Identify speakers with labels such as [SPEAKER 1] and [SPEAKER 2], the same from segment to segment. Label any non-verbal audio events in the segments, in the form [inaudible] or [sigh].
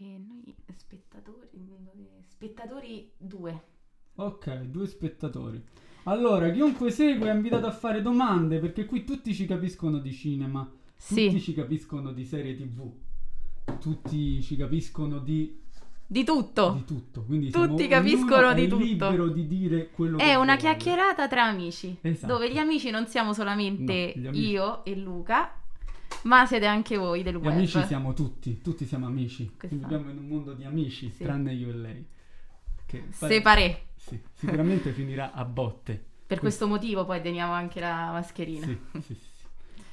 [SPEAKER 1] E noi spettatori, spettatori 2.
[SPEAKER 2] Ok, due spettatori. Allora, chiunque segue è invitato a fare domande perché qui tutti ci capiscono di cinema, tutti
[SPEAKER 1] Sì,
[SPEAKER 2] ci capiscono di serie TV, tutti ci capiscono di,
[SPEAKER 1] di tutto.
[SPEAKER 2] di tutto. Quindi
[SPEAKER 1] Oh. Tutti
[SPEAKER 2] siamo- ognuno
[SPEAKER 1] capiscono
[SPEAKER 2] è
[SPEAKER 1] di tutto.
[SPEAKER 2] libero di dire quello che
[SPEAKER 1] È una
[SPEAKER 2] vuole.
[SPEAKER 1] chiacchierata tra amici,
[SPEAKER 2] Esatto.
[SPEAKER 1] dove gli amici non siamo solamente
[SPEAKER 2] No, gli amici-
[SPEAKER 1] io e Luca, ma siete anche voi del
[SPEAKER 2] Gli
[SPEAKER 1] web.
[SPEAKER 2] amici siamo tutti, tutti siamo amici.
[SPEAKER 1] Che
[SPEAKER 2] Quindi
[SPEAKER 1] fa?
[SPEAKER 2] viviamo in un mondo di amici,
[SPEAKER 1] Sì.
[SPEAKER 2] tranne io e lei. Che pare-
[SPEAKER 1] Separé.
[SPEAKER 2] sì, sicuramente finirà a botte.
[SPEAKER 1] Per questo motivo poi teniamo anche la mascherina.
[SPEAKER 2] Sì, sì, sì.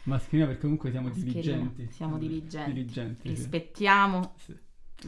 [SPEAKER 2] Mascherina perché comunque siamo
[SPEAKER 1] Mascherina,
[SPEAKER 2] diligenti.
[SPEAKER 1] siamo diligenti.
[SPEAKER 2] Diligenti, sì.
[SPEAKER 1] Rispettiamo
[SPEAKER 2] Sì.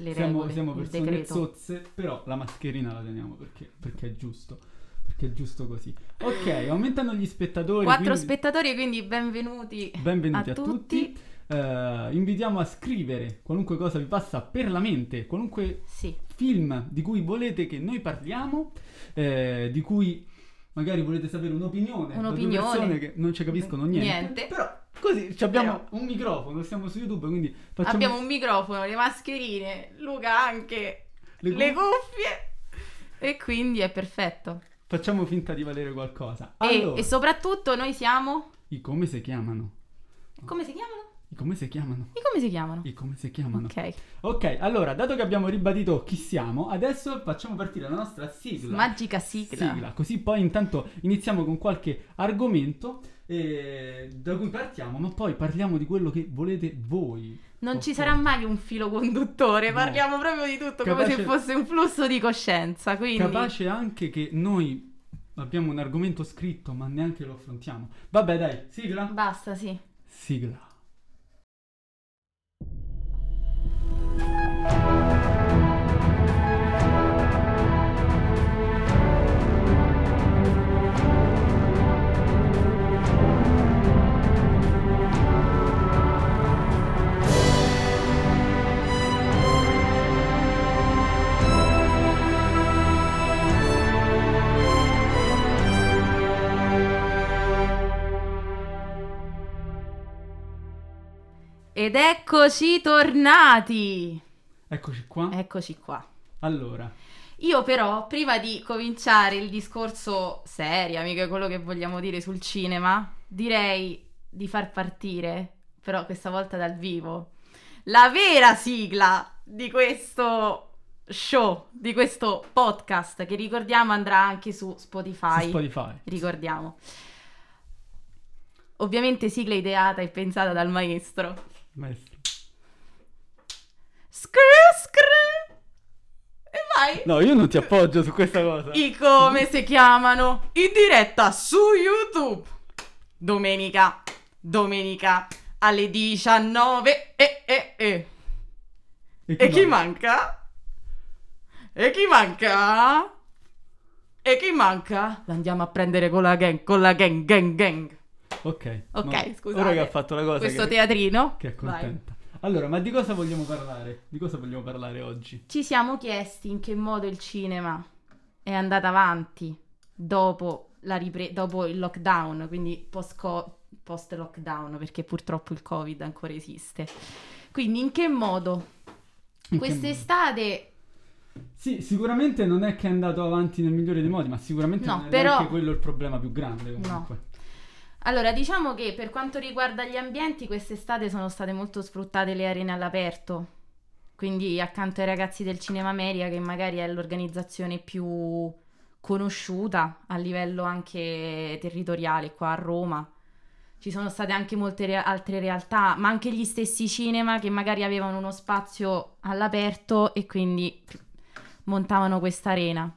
[SPEAKER 1] le
[SPEAKER 2] Siamo,
[SPEAKER 1] regole,
[SPEAKER 2] siamo
[SPEAKER 1] il
[SPEAKER 2] persone
[SPEAKER 1] decreto.
[SPEAKER 2] zozze, però la mascherina la teniamo perché, perché è giusto. Perché è giusto così. Ok, aumentano gli spettatori.
[SPEAKER 1] Quattro
[SPEAKER 2] quindi
[SPEAKER 1] spettatori, quindi benvenuti.
[SPEAKER 2] Benvenuti a,
[SPEAKER 1] a
[SPEAKER 2] tutti.
[SPEAKER 1] tutti.
[SPEAKER 2] Eh, invitiamo a scrivere qualunque cosa vi passa per la mente, qualunque
[SPEAKER 1] Sì,
[SPEAKER 2] film di cui volete che noi parliamo, eh, di cui magari volete sapere un'opinione, da due
[SPEAKER 1] Un'opinione.
[SPEAKER 2] persone che non ci capiscono niente.
[SPEAKER 1] Niente.
[SPEAKER 2] Però così ci abbiamo un microfono, siamo su YouTube, quindi facciamo
[SPEAKER 1] abbiamo un microfono, le mascherine, Luca anche,
[SPEAKER 2] le
[SPEAKER 1] le,
[SPEAKER 2] gu-
[SPEAKER 1] cuffie. E quindi è perfetto.
[SPEAKER 2] facciamo finta di valere qualcosa.
[SPEAKER 1] E-
[SPEAKER 2] Allora,
[SPEAKER 1] e soprattutto noi siamo...
[SPEAKER 2] i come si chiamano?
[SPEAKER 1] Come si chiamano?
[SPEAKER 2] I come si chiamano?
[SPEAKER 1] E come si chiamano?
[SPEAKER 2] I come si chiamano?
[SPEAKER 1] Ok.
[SPEAKER 2] ok, allora, dato che abbiamo ribadito chi siamo, adesso facciamo partire la nostra sigla.
[SPEAKER 1] Magica sigla.
[SPEAKER 2] Sigla, Così poi intanto iniziamo con qualche argomento eh, da cui partiamo, ma poi parliamo di quello che volete voi.
[SPEAKER 1] Non ci
[SPEAKER 2] Ok.
[SPEAKER 1] sarà mai un filo conduttore,
[SPEAKER 2] No.
[SPEAKER 1] parliamo proprio di tutto come
[SPEAKER 2] Capace-
[SPEAKER 1] se fosse un flusso di coscienza, quindi
[SPEAKER 2] Capace anche che noi abbiamo un argomento scritto, ma neanche lo affrontiamo. Vabbè, dai, sigla.
[SPEAKER 1] basta, sì.
[SPEAKER 2] Sigla.
[SPEAKER 1] Ed eccoci tornati.
[SPEAKER 2] Eccoci qua.
[SPEAKER 1] Eccoci qua.
[SPEAKER 2] Allora,
[SPEAKER 1] Io però, prima di cominciare il discorso serio, amiche, quello che vogliamo dire sul cinema, direi di far partire, però questa volta dal vivo, la vera sigla di questo show, di questo podcast, che ricordiamo andrà anche su Spotify.
[SPEAKER 2] su Spotify.
[SPEAKER 1] ricordiamo. Ovviamente sigla ideata e pensata dal maestro.
[SPEAKER 2] Maestro.
[SPEAKER 1] Scr, scr. E vai!
[SPEAKER 2] No, io non ti appoggio su questa cosa.
[SPEAKER 1] I come si chiamano in diretta su YouTube. Domenica, domenica alle 19. E, e, e. e chi manca? E chi manca? E chi manca? L'andiamo a prendere con la gang, con la gang, gang, gang.
[SPEAKER 2] Ok.
[SPEAKER 1] Ok,
[SPEAKER 2] no,
[SPEAKER 1] scusate.
[SPEAKER 2] Ora che ha fatto la cosa
[SPEAKER 1] Questo
[SPEAKER 2] che...
[SPEAKER 1] teatrino.
[SPEAKER 2] che è
[SPEAKER 1] Vai.
[SPEAKER 2] contenta. Allora, ma di cosa vogliamo parlare? Di cosa vogliamo parlare oggi?
[SPEAKER 1] Ci siamo chiesti in che modo il cinema è andato avanti dopo, la ripre- dopo il lockdown, quindi post-co- post-lockdown, perché purtroppo il Covid ancora esiste. Quindi in che modo
[SPEAKER 2] In che modo?
[SPEAKER 1] quest'estate...
[SPEAKER 2] Sì, sicuramente non è che è andato avanti nel migliore dei modi, ma sicuramente
[SPEAKER 1] No,
[SPEAKER 2] non è
[SPEAKER 1] però-
[SPEAKER 2] neanche quello il problema più grande comunque.
[SPEAKER 1] Allora, diciamo che per quanto riguarda gli ambienti, quest'estate sono state molto sfruttate le arene all'aperto. Quindi accanto ai ragazzi del Cinema Meria, che magari è l'organizzazione più conosciuta a livello anche territoriale qua a Roma. Ci sono state anche molte rea- altre realtà, ma anche gli stessi cinema che magari avevano uno spazio all'aperto e quindi montavano questa arena.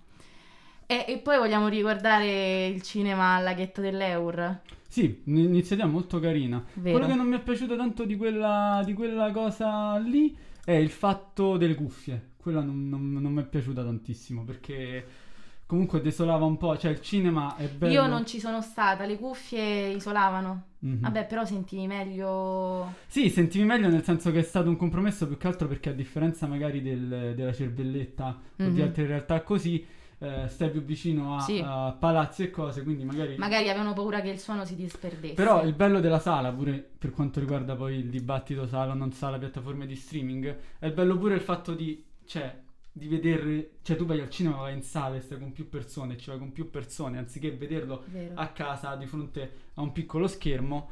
[SPEAKER 1] E, e poi vogliamo ricordare il cinema al laghetto dell'Eur.
[SPEAKER 2] Sì, un'iniziativa molto carina.
[SPEAKER 1] Vero.
[SPEAKER 2] Quello che non mi è piaciuto tanto di quella, di quella cosa lì è il fatto delle cuffie. Quella non, non- non mi è piaciuta tantissimo perché comunque desolava un po', cioè il cinema è bello.
[SPEAKER 1] Io non ci sono stata, le cuffie isolavano.
[SPEAKER 2] Mhm.
[SPEAKER 1] Vabbè, però sentivi meglio.
[SPEAKER 2] Sì, sentivi meglio nel senso che è stato un compromesso più che altro perché a differenza magari del- della cervelletta o di
[SPEAKER 1] Mhm.
[SPEAKER 2] altre realtà così, eh, stai più vicino a,
[SPEAKER 1] Sì.
[SPEAKER 2] a palazzi e cose, quindi magari...
[SPEAKER 1] Magari avevano paura che il suono si disperdesse.
[SPEAKER 2] Però il bello della sala, pure per quanto riguarda poi il dibattito sala o non sala, piattaforme di streaming, è bello pure il fatto di, cioè, di vedere, cioè tu vai al cinema, vai in sala e stai con più persone, ci vai con più persone, anziché vederlo
[SPEAKER 1] Vero.
[SPEAKER 2] a casa di fronte a un piccolo schermo,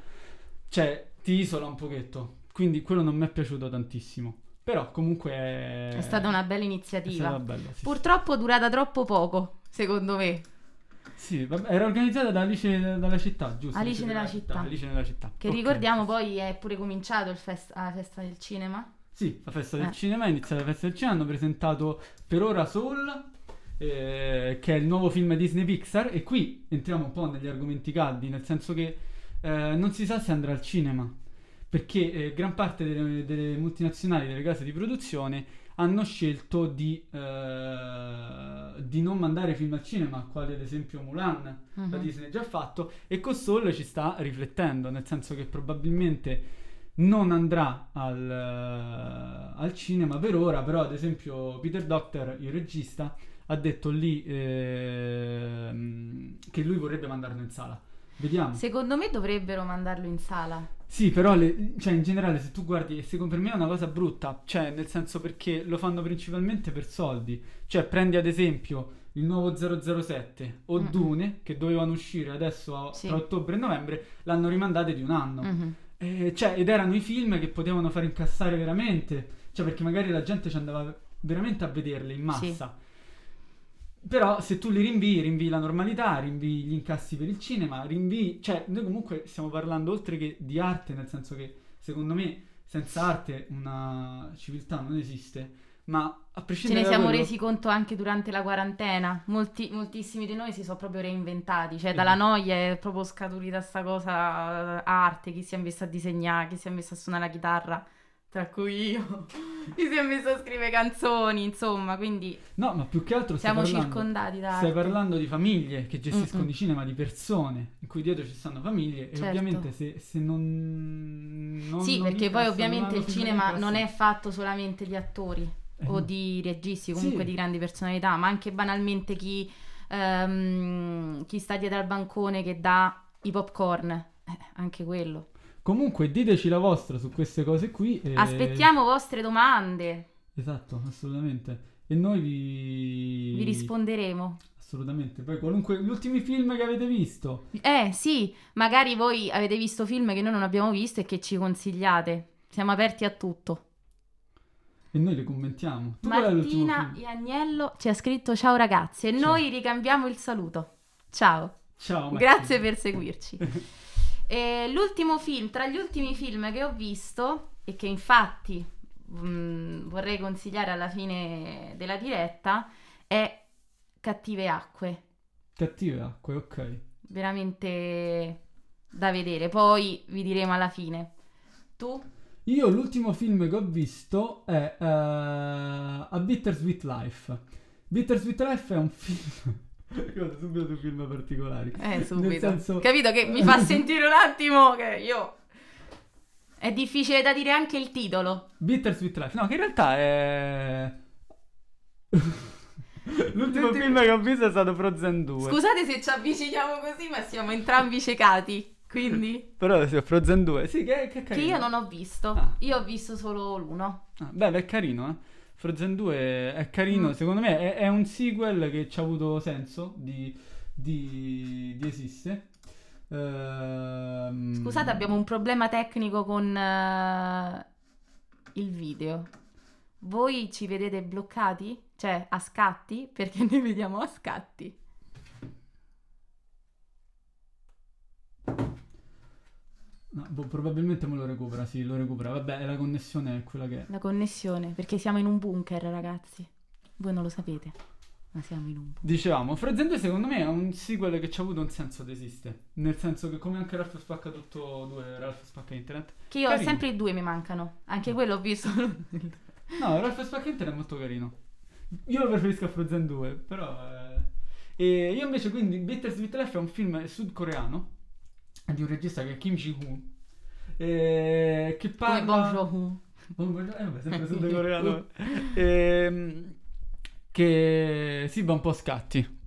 [SPEAKER 2] cioè ti isola un pochetto. Quindi quello non mi è piaciuto tantissimo. Però comunque è,
[SPEAKER 1] È stata una bella
[SPEAKER 2] Eh, è
[SPEAKER 1] iniziativa.
[SPEAKER 2] stata bella, sì,
[SPEAKER 1] Purtroppo durata troppo poco, secondo me.
[SPEAKER 2] Sì, vabbè, era organizzata da Alice dalla città, giusto?
[SPEAKER 1] Alice nella città.
[SPEAKER 2] Alice nella città.
[SPEAKER 1] Che
[SPEAKER 2] ok.
[SPEAKER 1] ricordiamo poi è pure cominciato il fest- la festa del cinema.
[SPEAKER 2] Sì, la festa del
[SPEAKER 1] Eh.
[SPEAKER 2] cinema è iniziata la festa del cinema. Hanno presentato per ora Soul, eh, che è il nuovo film Disney Pixar. E qui entriamo un po' negli argomenti caldi, nel senso che eh, non si sa se andrà al cinema. Perché eh, gran parte delle, delle multinazionali, delle case di produzione, hanno scelto di, eh, di non mandare film al cinema, quale ad esempio Mulan, la
[SPEAKER 1] Mhm.
[SPEAKER 2] Disney ha già fatto e con Soul ci sta riflettendo, nel senso che probabilmente non andrà al, eh, al cinema per ora, però ad esempio Peter Doctor, il regista, ha detto lì ehm, che lui vorrebbe mandarlo in sala. Vediamo.
[SPEAKER 1] Secondo me dovrebbero mandarlo in sala.
[SPEAKER 2] Sì, però le- cioè, in generale se tu guardi, e secondo per me è una cosa brutta, cioè nel senso perché lo fanno principalmente per soldi, cioè prendi ad esempio il nuovo 007 o
[SPEAKER 1] Mm.
[SPEAKER 2] Dune che dovevano uscire adesso a-
[SPEAKER 1] Sì.
[SPEAKER 2] tra ottobre e novembre, l'hanno rimandate di un anno.
[SPEAKER 1] Mhm.
[SPEAKER 2] Eh, cioè, ed erano i film che potevano far incassare veramente, cioè perché magari la gente ci andava veramente a vederli in massa. Però se tu li rinvii, rinvii la normalità, rinvii gli incassi per il cinema, rinvii... Cioè, noi comunque stiamo parlando oltre che di arte, nel senso che secondo me senza arte una civiltà non esiste, ma a
[SPEAKER 1] Ce
[SPEAKER 2] prescindere
[SPEAKER 1] ne
[SPEAKER 2] da
[SPEAKER 1] siamo
[SPEAKER 2] quello-
[SPEAKER 1] resi conto anche durante la quarantena. Molti- moltissimi di noi si sono proprio reinventati. Cioè, dalla noia è proprio scaturita sta cosa eh, arte, chi si è messo a disegnare, chi si è messo a suonare la chitarra, tra cui io, [laughs] chi si è messo a scrivere canzoni, insomma, quindi
[SPEAKER 2] No, ma più che altro stai
[SPEAKER 1] siamo
[SPEAKER 2] parlando-
[SPEAKER 1] circondati da
[SPEAKER 2] Stai
[SPEAKER 1] arte.
[SPEAKER 2] parlando di famiglie che gestiscono
[SPEAKER 1] Certo. Mm-mm.
[SPEAKER 2] i cinema, di persone in cui dietro ci stanno famiglie
[SPEAKER 1] Certo.
[SPEAKER 2] e ovviamente se, se non, non-
[SPEAKER 1] Sì,
[SPEAKER 2] non
[SPEAKER 1] perché poi
[SPEAKER 2] incassano
[SPEAKER 1] ovviamente
[SPEAKER 2] una
[SPEAKER 1] il
[SPEAKER 2] cosa,
[SPEAKER 1] cinema
[SPEAKER 2] incassano-
[SPEAKER 1] non è fatto solamente di attori
[SPEAKER 2] Eh,
[SPEAKER 1] o
[SPEAKER 2] no.
[SPEAKER 1] di registi, comunque
[SPEAKER 2] Sì.
[SPEAKER 1] di grandi personalità, ma anche banalmente chi, ehm, chi sta dietro al bancone che dà i popcorn. Eh, anche quello.
[SPEAKER 2] Comunque diteci la vostra su queste cose qui. e-
[SPEAKER 1] Aspettiamo vostre domande,
[SPEAKER 2] Esatto, assolutamente. E noi vi...
[SPEAKER 1] vi risponderemo.
[SPEAKER 2] Assolutamente. Poi qualunque... Gli ultimi film che avete visto.
[SPEAKER 1] Eh sì, magari voi avete visto film che noi non abbiamo visto e che ci consigliate. Siamo aperti a tutto.
[SPEAKER 2] E noi li commentiamo. Tu qual è l'ultimo
[SPEAKER 1] Martina
[SPEAKER 2] film?
[SPEAKER 1] Iagnello ci ha scritto ciao ragazzi e
[SPEAKER 2] Ciao.
[SPEAKER 1] noi ricambiamo il saluto. Ciao.
[SPEAKER 2] Ciao. Martina.
[SPEAKER 1] Grazie per seguirci. Eh, l'ultimo film, tra gli ultimi film che ho visto e che infatti mh, vorrei consigliare alla fine della diretta è Cattive Acque,
[SPEAKER 2] Cattive acque, ok.
[SPEAKER 1] veramente da vedere, poi vi diremo alla fine. Tu?
[SPEAKER 2] Io l'ultimo film che ho visto è eh, A Bittersweet Life. Bittersweet Life è un film... [laughs] Ricordo subito due film particolari.
[SPEAKER 1] Eh, subito.
[SPEAKER 2] senso-
[SPEAKER 1] Capito che mi fa sentire un attimo che io... È difficile da dire anche il titolo.
[SPEAKER 2] Bittersweet Life. No, che in
[SPEAKER 1] [laughs]
[SPEAKER 2] realtà è... L'ultimo
[SPEAKER 1] L'ultimo-
[SPEAKER 2] film che ho visto è stato Frozen 2.
[SPEAKER 1] Scusate se ci avviciniamo così, ma siamo entrambi ciecati, quindi...
[SPEAKER 2] Però sì, Frozen 2. Sì, che, che
[SPEAKER 1] Che
[SPEAKER 2] è carino.
[SPEAKER 1] io non ho visto.
[SPEAKER 2] Ah.
[SPEAKER 1] Io ho visto solo l'uno.
[SPEAKER 2] Ah, bello, è carino, eh. Frozen 2 è carino,
[SPEAKER 1] Mm.
[SPEAKER 2] secondo me è, è un sequel che ci ha avuto senso di, di, di esiste. Ehm,
[SPEAKER 1] Scusate, abbiamo un problema tecnico con eh, il video. Voi ci vedete bloccati? Cioè, a scatti? [laughs] Perché noi vediamo a scatti.
[SPEAKER 2] no, boh, probabilmente me lo recupera, sì, lo recupera. Vabbè, la connessione è quella che è.
[SPEAKER 1] La connessione, perché siamo in un bunker, ragazzi. Voi non lo sapete, ma siamo in un bunker.
[SPEAKER 2] Dicevamo, Frozen 2 secondo me è un sequel che ci ha avuto un senso di esiste. Nel senso che come anche Ralph spacca tutto 2, Ralph spacca internet.
[SPEAKER 1] Che io ho
[SPEAKER 2] Carino.
[SPEAKER 1] sempre i due mi mancano. Anche quello ho visto.
[SPEAKER 2] No, Ralph spacca internet è molto carino. Io lo preferisco a Frozen 2, però... eh. E io invece quindi Bittersweet Life è un film sudcoreano di un regista che è Kim Ji-woo eh, che
[SPEAKER 1] [laughs] Come
[SPEAKER 2] parla...
[SPEAKER 1] Bonjour.
[SPEAKER 2] Buongiorno, eh, vabbè, sempre sudcoreano. Ehm, che si va un po' a scatti.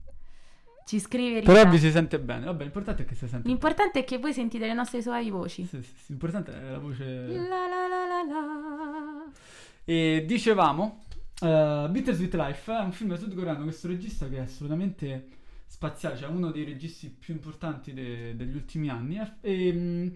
[SPEAKER 1] Ci scrive Rita.
[SPEAKER 2] Però vi si sente bene. Vabbè, l'importante è che si sente bene.
[SPEAKER 1] L'importante è che voi sentite le nostre suavi voci.
[SPEAKER 2] Sì, sì, sì, L'importante è la voce...
[SPEAKER 1] La la la la la.
[SPEAKER 2] E dicevamo, eh, Bittersweet Life è un film sudcoreano, questo regista che è assolutamente spaziale, cioè uno dei registi più importanti de- degli ultimi anni. E, e, mh,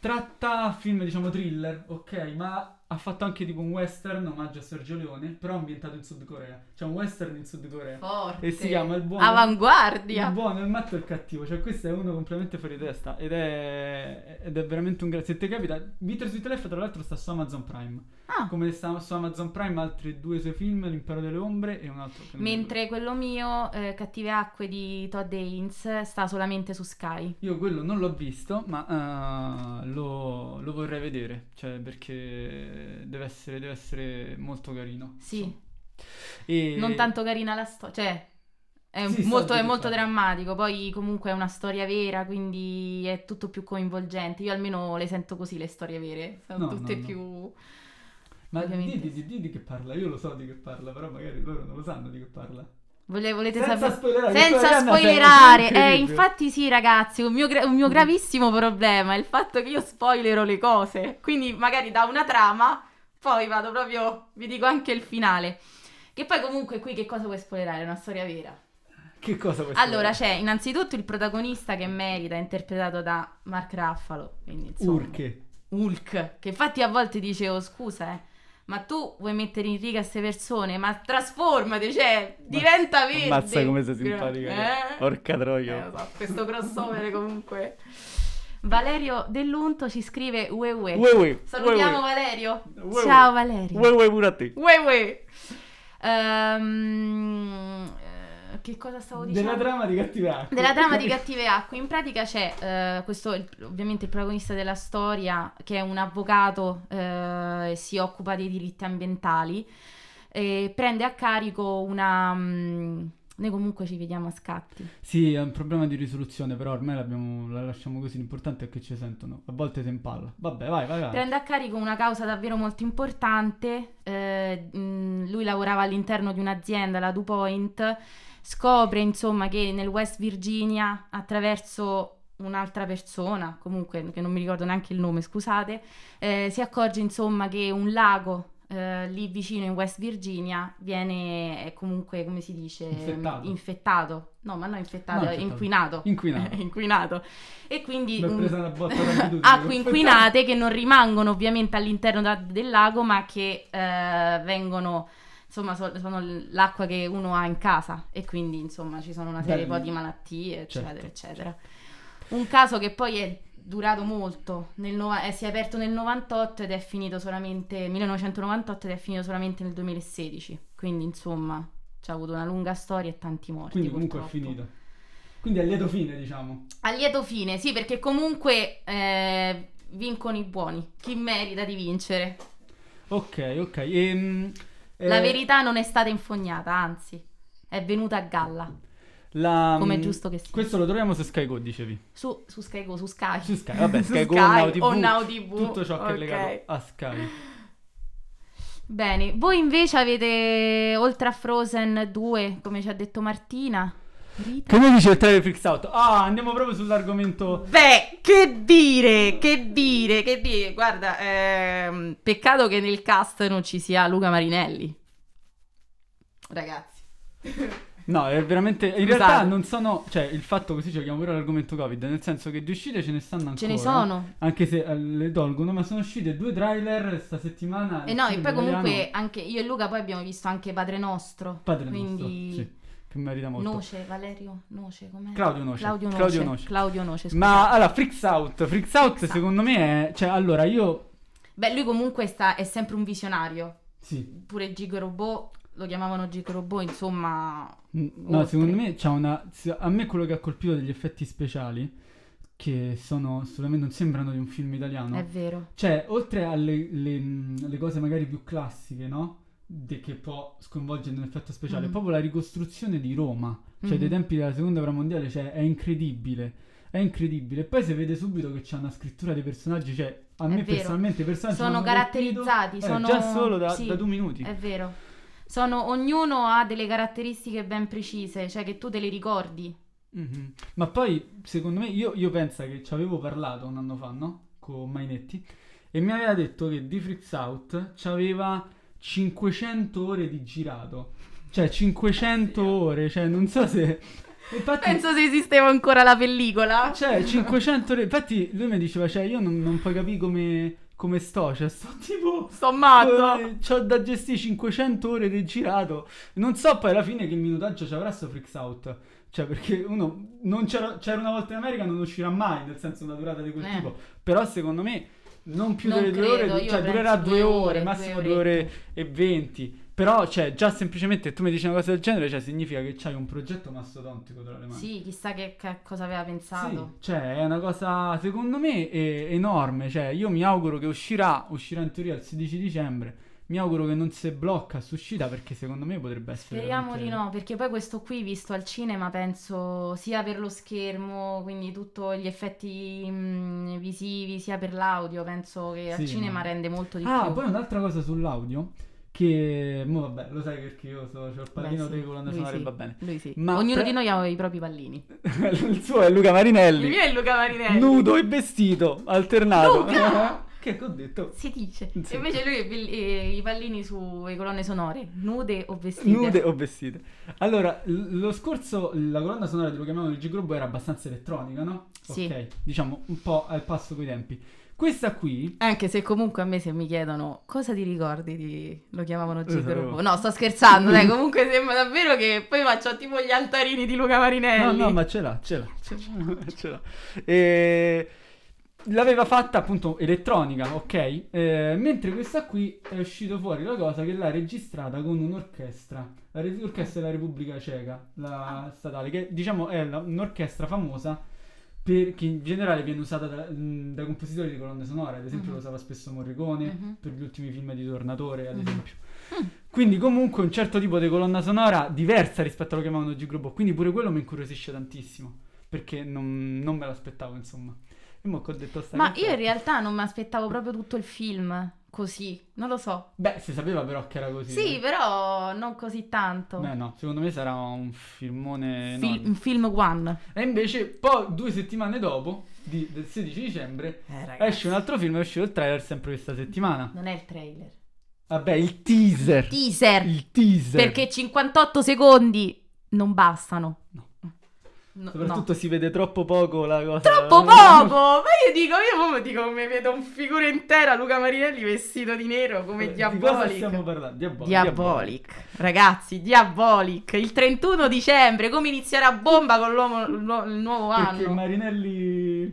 [SPEAKER 2] tratta film, diciamo, thriller, ok, ma ha fatto anche tipo un western, omaggio a Sergio Leone, però ambientato in Sud Corea. Cioè un western in Sud Corea.
[SPEAKER 1] Forte.
[SPEAKER 2] E si chiama Il buono... Il
[SPEAKER 1] Avanguardia.
[SPEAKER 2] buono, il matto e il cattivo, cioè questo è uno completamente fuori testa ed è, ed è veramente un grazie. Se te capita, Bittersweet Life tra l'altro sta su Amazon Prime,
[SPEAKER 1] Ah,
[SPEAKER 2] come sta su Amazon Prime altri due suoi film, L'impero delle ombre e un altro. che non mi ricordo.
[SPEAKER 1] mentre quello mio, eh, Cattive acque di Todd Haynes, sta solamente su Sky.
[SPEAKER 2] Io quello non l'ho visto, ma eh, lo, lo vorrei vedere, cioè perché deve essere, deve essere molto carino.
[SPEAKER 1] Sì,
[SPEAKER 2] E...
[SPEAKER 1] non tanto carina la storia, cioè è,
[SPEAKER 2] Sì, sto
[SPEAKER 1] molto, è
[SPEAKER 2] anche
[SPEAKER 1] molto
[SPEAKER 2] io.
[SPEAKER 1] drammatico, poi comunque è una storia vera, quindi è tutto più coinvolgente. Io almeno le sento così le storie vere, sono
[SPEAKER 2] No,
[SPEAKER 1] tutte
[SPEAKER 2] no, no.
[SPEAKER 1] più...
[SPEAKER 2] Ma di,
[SPEAKER 1] ovviamente.
[SPEAKER 2] di, di- di- di che parla, io lo so di che parla, però magari loro non lo sanno di che parla.
[SPEAKER 1] Vole- volete
[SPEAKER 2] Senza
[SPEAKER 1] sapere?
[SPEAKER 2] spoilerare, che poi
[SPEAKER 1] Senza
[SPEAKER 2] Arianna sei-
[SPEAKER 1] spoilerare,
[SPEAKER 2] sei
[SPEAKER 1] eh,
[SPEAKER 2] incredibile.
[SPEAKER 1] infatti sì ragazzi, un mio, gra- un mio gravissimo problema è il fatto che io spoilerò le cose, quindi magari da una trama poi vado proprio, vi dico anche il finale. Che poi comunque qui che cosa vuoi spoilerare? È Una storia vera.
[SPEAKER 2] Che cosa questa?
[SPEAKER 1] Allora c'è innanzitutto il protagonista che merita, interpretato da Mark Raffalo, quindi insomma,
[SPEAKER 2] Urche.
[SPEAKER 1] Hulk, che infatti a volte dicevo scusa eh, ma tu vuoi mettere in riga queste persone, ma trasformati, cioè, diventa verde.
[SPEAKER 3] Ammazza come sei
[SPEAKER 1] Gra-
[SPEAKER 3] simpatica.
[SPEAKER 1] Eh?
[SPEAKER 3] Orca troia.
[SPEAKER 1] Eh, lo so, questo crossover comunque. Valerio Dell'Unto ci scrive Ue Ue.
[SPEAKER 3] Ue ue,
[SPEAKER 1] Eh, Salutiamo
[SPEAKER 3] ue
[SPEAKER 1] Valerio.
[SPEAKER 2] Ue
[SPEAKER 1] Ciao
[SPEAKER 2] ue.
[SPEAKER 1] Valerio.
[SPEAKER 3] ue. Ue ue pure a te.
[SPEAKER 1] Ue Ue. Ehm, eh, che cosa stavo dicendo?
[SPEAKER 2] Della trama di cattive acque.
[SPEAKER 1] Della trama
[SPEAKER 2] [laughs]
[SPEAKER 1] di Cattive Acque, in pratica c'è eh, questo, il- ovviamente il protagonista della storia, che è un avvocato eh, e si occupa dei diritti ambientali, e prende a carico una... mm, noi comunque ci vediamo a scatti.
[SPEAKER 2] Sì, è un problema di risoluzione, però ormai l'abbiamo- la lasciamo così, l'importante è che ci sentono. A volte si impalla. Vabbè, vai, vai, vai.
[SPEAKER 1] Prende a carico una causa davvero molto importante. eh, mh, lui lavorava all'interno di un'azienda, la DuPont. Scopre insomma che nel West Virginia, attraverso un'altra persona, comunque che non mi ricordo neanche il nome, scusate, eh, si accorge insomma che un lago eh, lì vicino in West Virginia viene eh, comunque, come si dice,
[SPEAKER 2] Infettato.
[SPEAKER 1] infettato. No, ma non infettato,
[SPEAKER 2] No,
[SPEAKER 1] è
[SPEAKER 2] infettato.
[SPEAKER 1] inquinato. [laughs]
[SPEAKER 2] Inquinato.
[SPEAKER 1] inquinato. E quindi
[SPEAKER 2] Mi ha
[SPEAKER 1] un- Ah,
[SPEAKER 2] preso una
[SPEAKER 1] [laughs]
[SPEAKER 2] botta d'abitudine,
[SPEAKER 1] acque
[SPEAKER 2] perfetto.
[SPEAKER 1] inquinate che non rimangono ovviamente all'interno da- del lago, ma che eh, vengono insomma so- sono l- l'acqua che uno ha in casa e quindi insomma ci sono una serie
[SPEAKER 2] Bello.
[SPEAKER 1] poi di malattie, eccetera,
[SPEAKER 2] Certo,
[SPEAKER 1] eccetera. Un caso che poi è durato molto, nel nova- eh, si è aperto nel 98 ed è finito solamente 1998 ed è finito solamente nel 2016. Quindi insomma, c'ha avuto una lunga storia e tanti morti
[SPEAKER 2] Quindi comunque
[SPEAKER 1] purtroppo.
[SPEAKER 2] è finita. Quindi è lieto fine, diciamo.
[SPEAKER 1] A lieto fine, sì, perché comunque eh, vincono i buoni. Chi merita di vincere?
[SPEAKER 2] Ok, ok. ehm,
[SPEAKER 1] La
[SPEAKER 2] eh,
[SPEAKER 1] verità non è stata infognata, anzi, è venuta a galla.
[SPEAKER 2] la- mm,
[SPEAKER 1] Come è giusto che sia.
[SPEAKER 2] Questo lo troviamo su Sky Go, dicevi.
[SPEAKER 1] Su, su Sky Go, su Sky.
[SPEAKER 2] Su Sky,
[SPEAKER 1] [laughs]
[SPEAKER 2] vabbè,
[SPEAKER 1] Su
[SPEAKER 2] Sky Go,
[SPEAKER 1] Sky
[SPEAKER 2] Now TV,
[SPEAKER 1] o Now TV,
[SPEAKER 2] Tutto ciò che
[SPEAKER 1] ok.
[SPEAKER 2] è legato a Sky.
[SPEAKER 1] Bene, voi invece avete, oltre a Frozen 2, come ci ha detto Martina, Rita?
[SPEAKER 2] Come dice il trailer Freaks Out? Ah, andiamo proprio sull'argomento...
[SPEAKER 1] Beh, che dire, che dire, che dire. Guarda, ehm, peccato che nel cast non ci sia Luca Marinelli. Ragazzi.
[SPEAKER 2] No, è veramente... In
[SPEAKER 1] Scusate.
[SPEAKER 2] realtà non sono... Cioè, il fatto così giochiamo pure all'argomento Covid, nel senso che di uscite ce ne stanno ancora.
[SPEAKER 1] Ce ne sono.
[SPEAKER 2] Anche se eh, le tolgono, ma sono uscite due trailer sta settimana.
[SPEAKER 1] E Eh no, e
[SPEAKER 2] Film
[SPEAKER 1] poi comunque
[SPEAKER 2] italiano,
[SPEAKER 1] anche io e Luca poi abbiamo visto anche Padre Nostro.
[SPEAKER 2] Padre
[SPEAKER 1] quindi...
[SPEAKER 2] nostro, sì, che merita molto.
[SPEAKER 1] Noce, Valerio Noce, com'è?
[SPEAKER 2] Claudio Noce.
[SPEAKER 1] Claudio Noce.
[SPEAKER 2] Claudio Noce.
[SPEAKER 1] Claudio Noce, scusa.
[SPEAKER 2] Ma allora, Freaks Out, Freaks Out
[SPEAKER 1] Freaks Out.
[SPEAKER 2] secondo me è... Cioè, allora, io...
[SPEAKER 1] Beh, lui comunque sta- è sempre un visionario.
[SPEAKER 2] Sì.
[SPEAKER 1] Pure Gigo Robot, lo chiamavano Gigo Robot, insomma...
[SPEAKER 2] N- No,
[SPEAKER 1] Oltre.
[SPEAKER 2] secondo me c'ha una. se- A me quello che ha colpito degli effetti speciali, che sono assolutamente non sembrano di un film
[SPEAKER 1] È
[SPEAKER 2] italiano.
[SPEAKER 1] vero.
[SPEAKER 2] Cioè, oltre alle le, mh, le cose magari più classiche, no? De- che può sconvolgere un effetto speciale,
[SPEAKER 1] Mhm.
[SPEAKER 2] proprio la ricostruzione di Roma, cioè
[SPEAKER 1] Mhm.
[SPEAKER 2] dei tempi della seconda guerra mondiale, cioè è incredibile. È incredibile. E poi si vede subito che c'è una scrittura dei personaggi, cioè a
[SPEAKER 1] È
[SPEAKER 2] me
[SPEAKER 1] vero.
[SPEAKER 2] personalmente i personaggi
[SPEAKER 1] Sono
[SPEAKER 2] mi hanno colpito,
[SPEAKER 1] caratterizzati,
[SPEAKER 2] eh,
[SPEAKER 1] sono-
[SPEAKER 2] già solo da,
[SPEAKER 1] sì.
[SPEAKER 2] da due minuti.
[SPEAKER 1] È vero. sono, ognuno ha delle caratteristiche ben precise, cioè che tu te le ricordi.
[SPEAKER 2] Mhm. Ma poi, secondo me, io, io penso che ci avevo parlato un anno fa, no? Con Mainetti, e mi aveva detto che di Freaks Out c'aveva 500 ore di girato. Cioè, 500 ore, cioè, non so se...
[SPEAKER 1] [laughs]
[SPEAKER 2] Infatti,
[SPEAKER 1] Penso se esisteva ancora la pellicola.
[SPEAKER 2] cioè, 500 ore... Infatti, lui mi diceva, cioè, io non, non puoi capire come, come sto, cioè, sto tipo...
[SPEAKER 1] Sto matto.
[SPEAKER 2] Eh, C'ho da gestire 500 ore di girato. Non so poi alla fine che minutaggio ci avrà sto Freaks Out. Cioè, perché uno non c'era, c'era una volta in America non uscirà mai, nel senso una durata di quel
[SPEAKER 1] Eh.
[SPEAKER 2] tipo. Però secondo me non più
[SPEAKER 1] Non
[SPEAKER 2] delle due
[SPEAKER 1] credo,
[SPEAKER 2] ore,
[SPEAKER 1] io
[SPEAKER 2] cioè
[SPEAKER 1] penso
[SPEAKER 2] durerà
[SPEAKER 1] due
[SPEAKER 2] due ore,
[SPEAKER 1] ore,
[SPEAKER 2] massimo
[SPEAKER 1] due
[SPEAKER 2] due ore e venti. Però, cioè, già semplicemente tu mi dici una cosa del genere, cioè, significa che c'hai un progetto mastodontico tra le mani.
[SPEAKER 1] Sì, chissà che, che cosa aveva
[SPEAKER 2] Sì,
[SPEAKER 1] pensato.
[SPEAKER 2] cioè è una cosa secondo me è enorme, cioè io mi auguro che uscirà, uscirà in teoria il 16 dicembre, mi auguro che non si blocca su uscita perché secondo me potrebbe essere...
[SPEAKER 1] Speriamo di
[SPEAKER 2] veramente-
[SPEAKER 1] no, perché poi questo qui visto al cinema penso sia per lo schermo, quindi tutti gli effetti mh, visivi, sia per l'audio, penso che al
[SPEAKER 2] Sì,
[SPEAKER 1] cinema
[SPEAKER 2] ma-
[SPEAKER 1] rende molto di
[SPEAKER 2] Ah,
[SPEAKER 1] più.
[SPEAKER 2] poi un'altra cosa sull'audio, che... Mo vabbè, lo sai perché io so, ho il pallino
[SPEAKER 1] Beh, sì,
[SPEAKER 2] te colonna
[SPEAKER 1] lui
[SPEAKER 2] sonora e
[SPEAKER 1] sì,
[SPEAKER 2] va bene. [laughs]
[SPEAKER 1] Lui sì.
[SPEAKER 2] Ma
[SPEAKER 1] Ognuno
[SPEAKER 2] pre-
[SPEAKER 1] di noi ha i propri pallini.
[SPEAKER 2] il suo è Luca
[SPEAKER 1] Il
[SPEAKER 2] Marinelli,
[SPEAKER 1] mio è Luca Marinelli.
[SPEAKER 2] nudo e vestito, alternato.
[SPEAKER 1] Luca!
[SPEAKER 2] [laughs] che che ho detto?
[SPEAKER 1] Si dice.
[SPEAKER 2] Sì.
[SPEAKER 1] E invece lui è bell- eh, i pallini sulle colonne sonore, nude o vestite.
[SPEAKER 2] Nude o vestite. Allora, l- lo scorso la colonna sonora di Lo chiamavano il G-Globo era abbastanza elettronica, no?
[SPEAKER 1] Sì.
[SPEAKER 2] Ok, diciamo un po' al passo coi tempi. Questa qui,
[SPEAKER 1] Anche se comunque a me se mi chiedono cosa ti ricordi di... lo chiamavano
[SPEAKER 2] Lo sapevo.
[SPEAKER 1] Gigolo. No, sto scherzando,
[SPEAKER 2] [laughs]
[SPEAKER 1] dai, comunque sembra davvero che poi faccio tipo gli altarini di Luca
[SPEAKER 2] no,
[SPEAKER 1] Marinelli.
[SPEAKER 2] no, ma ce l'ha, ce l'ha, ce l'ha. [laughs] ce l'ha. E... L'aveva fatta appunto elettronica, ok? Eh, mentre questa qui è uscito fuori la cosa che l'ha registrata con un'orchestra, la re- l'orchestra della Repubblica Ceca, la statale, che diciamo è la- un'orchestra famosa per- che in generale viene usata da, mh, da compositori di colonne sonore, ad esempio
[SPEAKER 1] Mhm.
[SPEAKER 2] lo usava spesso Morricone
[SPEAKER 1] Mhm.
[SPEAKER 2] per gli ultimi film di Tornatore, ad
[SPEAKER 1] Mhm.
[SPEAKER 2] esempio. Quindi comunque un certo tipo di colonna sonora diversa rispetto a lo che chiamavano G-Robot, quindi pure quello mi incuriosisce tantissimo, perché non, non me l'aspettavo insomma. E mo che ho detto sta
[SPEAKER 1] Ma
[SPEAKER 2] cosa.
[SPEAKER 1] io in realtà non mi aspettavo proprio tutto il film così, non lo so.
[SPEAKER 2] Beh, si sapeva però che era così.
[SPEAKER 1] Sì,
[SPEAKER 2] eh.
[SPEAKER 1] però non così tanto.
[SPEAKER 2] Beh, no, secondo me sarà un filmone
[SPEAKER 1] Fil-
[SPEAKER 2] enorme.
[SPEAKER 1] un film one.
[SPEAKER 2] E invece, poi due settimane dopo, di- del 16 dicembre,
[SPEAKER 1] Eh, ragazzi,
[SPEAKER 2] esce un altro film, è uscito il trailer sempre questa settimana.
[SPEAKER 1] Non è il trailer.
[SPEAKER 2] Vabbè, il teaser.
[SPEAKER 1] Teaser,
[SPEAKER 2] il teaser.
[SPEAKER 1] perché 58 secondi non bastano.
[SPEAKER 2] No.
[SPEAKER 1] No, no.
[SPEAKER 2] Soprattutto eh, si vede troppo poco la cosa.
[SPEAKER 1] Troppo poco! Ma io dico, io proprio dico, mi vedo un figura intera Luca Marinelli vestito di nero come
[SPEAKER 2] Eh, Di cosa stiamo
[SPEAKER 1] Diabolic.
[SPEAKER 2] parlando? Diabolic.
[SPEAKER 1] Diabolic, ragazzi, Diabolic. Il 31 dicembre, come inizierà a bomba con l'uomo- l'uo- il nuovo
[SPEAKER 2] Perché
[SPEAKER 1] anno?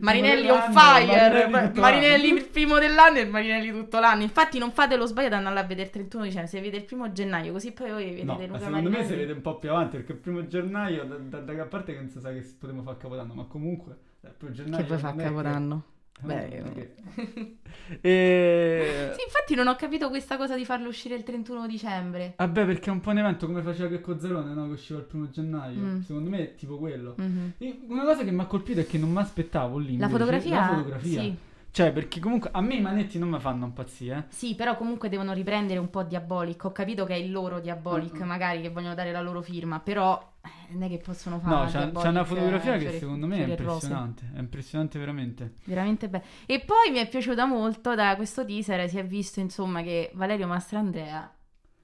[SPEAKER 2] Marinelli...
[SPEAKER 1] Marinelli
[SPEAKER 2] primo
[SPEAKER 1] on
[SPEAKER 2] dell'anno,
[SPEAKER 1] fire,
[SPEAKER 2] Marinelli tutto
[SPEAKER 1] Marinelli, il primo dell'anno e il Marinelli tutto l'anno. Infatti, non fate lo sbaglio ad andare a vedere il 31 dicembre. Se vede il primo gennaio, così poi voi vedete
[SPEAKER 2] No, ma
[SPEAKER 1] Luca
[SPEAKER 2] secondo
[SPEAKER 1] Marinelli.
[SPEAKER 2] me si vede un po' più avanti perché il primo gennaio, da, da, da che parte che non si sa che si potremmo fare capodanno, ma comunque dal primo gennaio...
[SPEAKER 1] Che poi fa
[SPEAKER 2] non è
[SPEAKER 1] capodanno.
[SPEAKER 2] eh,
[SPEAKER 1] Beh,
[SPEAKER 2] non è
[SPEAKER 1] eh. [laughs]
[SPEAKER 2] che- E-
[SPEAKER 1] Sì, infatti, non ho capito questa cosa di farlo uscire il 31 dicembre.
[SPEAKER 2] Vabbè, perché è un po' un evento come faceva Checco Zalone, no? Che usciva il primo gennaio.
[SPEAKER 1] Mm.
[SPEAKER 2] Secondo me è tipo quello.
[SPEAKER 1] Mhm.
[SPEAKER 2] E Una cosa che mi ha colpito è che non mi aspettavo lì.
[SPEAKER 1] La
[SPEAKER 2] invece,
[SPEAKER 1] fotografia?
[SPEAKER 2] La fotografia.
[SPEAKER 1] Sì.
[SPEAKER 2] Cioè, perché comunque a me i manetti non mi fanno impazzire. eh.
[SPEAKER 1] Sì, però comunque devono riprendere un po' Diabolic. Ho capito che è il loro Diabolic,
[SPEAKER 2] Mm-mm.
[SPEAKER 1] magari che vogliono dare la loro firma, però eh, non è che possono fare
[SPEAKER 2] No, c'è,
[SPEAKER 1] Diabolic,
[SPEAKER 2] c'è una fotografia
[SPEAKER 1] eh,
[SPEAKER 2] che
[SPEAKER 1] fiori-
[SPEAKER 2] secondo me è
[SPEAKER 1] fiori e rose.
[SPEAKER 2] impressionante. È impressionante veramente.
[SPEAKER 1] Veramente bella. E poi mi è piaciuta molto da questo teaser si è visto insomma che Valerio Mastrandrea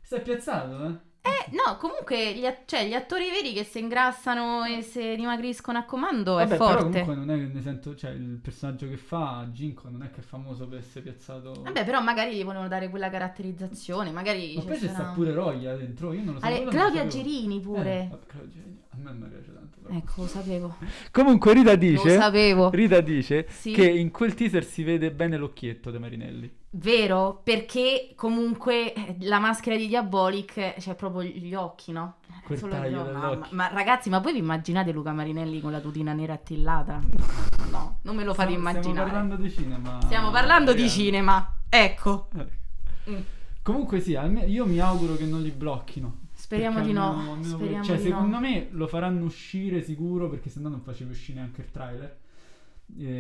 [SPEAKER 2] Stai piazzato, eh?
[SPEAKER 1] eh no, comunque gli, a- cioè, gli attori veri che se ingrassano e se dimagriscono a comando
[SPEAKER 2] Vabbè,
[SPEAKER 1] Oh, è
[SPEAKER 2] però
[SPEAKER 1] forte.
[SPEAKER 2] comunque non è che ne sento. Cioè, il personaggio che fa Ginko non è che è famoso per essere piazzato.
[SPEAKER 1] Vabbè, però magari gli volevano dare quella caratterizzazione, magari
[SPEAKER 2] Certo. Ma
[SPEAKER 1] ci
[SPEAKER 2] poi ci
[SPEAKER 1] sarà-
[SPEAKER 2] sta pure Roglia dentro. Io non lo so.
[SPEAKER 1] Ale-
[SPEAKER 2] quello non lo
[SPEAKER 1] Claudia
[SPEAKER 2] sapevo.
[SPEAKER 1] Gerini
[SPEAKER 2] Eh,
[SPEAKER 1] pure.
[SPEAKER 2] vabbè, Claudia Gerini. A me non mi piace tanto. però.
[SPEAKER 1] Ecco, lo sapevo.
[SPEAKER 2] Comunque, Rita
[SPEAKER 1] Lo sapevo.
[SPEAKER 2] Rita dice
[SPEAKER 1] Sì.
[SPEAKER 2] che in quel teaser si vede bene l'occhietto dei Marinelli.
[SPEAKER 1] Vero, perché comunque eh, la maschera di Diabolic eh, c'è proprio gli occhi, no? Eh,
[SPEAKER 2] Quel
[SPEAKER 1] Solo gli
[SPEAKER 2] taglio
[SPEAKER 1] occhi.
[SPEAKER 2] degli
[SPEAKER 1] Mamma- Ma,
[SPEAKER 2] occhi.
[SPEAKER 1] ragazzi, ma voi vi immaginate Luca Marinelli con la tutina nera attillata? No, non me lo fate
[SPEAKER 2] Stiamo-
[SPEAKER 1] immaginare.
[SPEAKER 2] Stiamo parlando di cinema.
[SPEAKER 1] Stiamo parlando di
[SPEAKER 2] Ragazzi.
[SPEAKER 1] cinema, ecco.
[SPEAKER 2] Eh.
[SPEAKER 1] Mm.
[SPEAKER 2] Comunque sì, alme- io mi auguro che non li blocchino.
[SPEAKER 1] Speriamo
[SPEAKER 2] Perché
[SPEAKER 1] di no,
[SPEAKER 2] almeno- almeno-
[SPEAKER 1] speriamo
[SPEAKER 2] cioè,
[SPEAKER 1] di
[SPEAKER 2] secondo
[SPEAKER 1] no.
[SPEAKER 2] me lo faranno uscire sicuro perché sennò non facevi uscire neanche il trailer.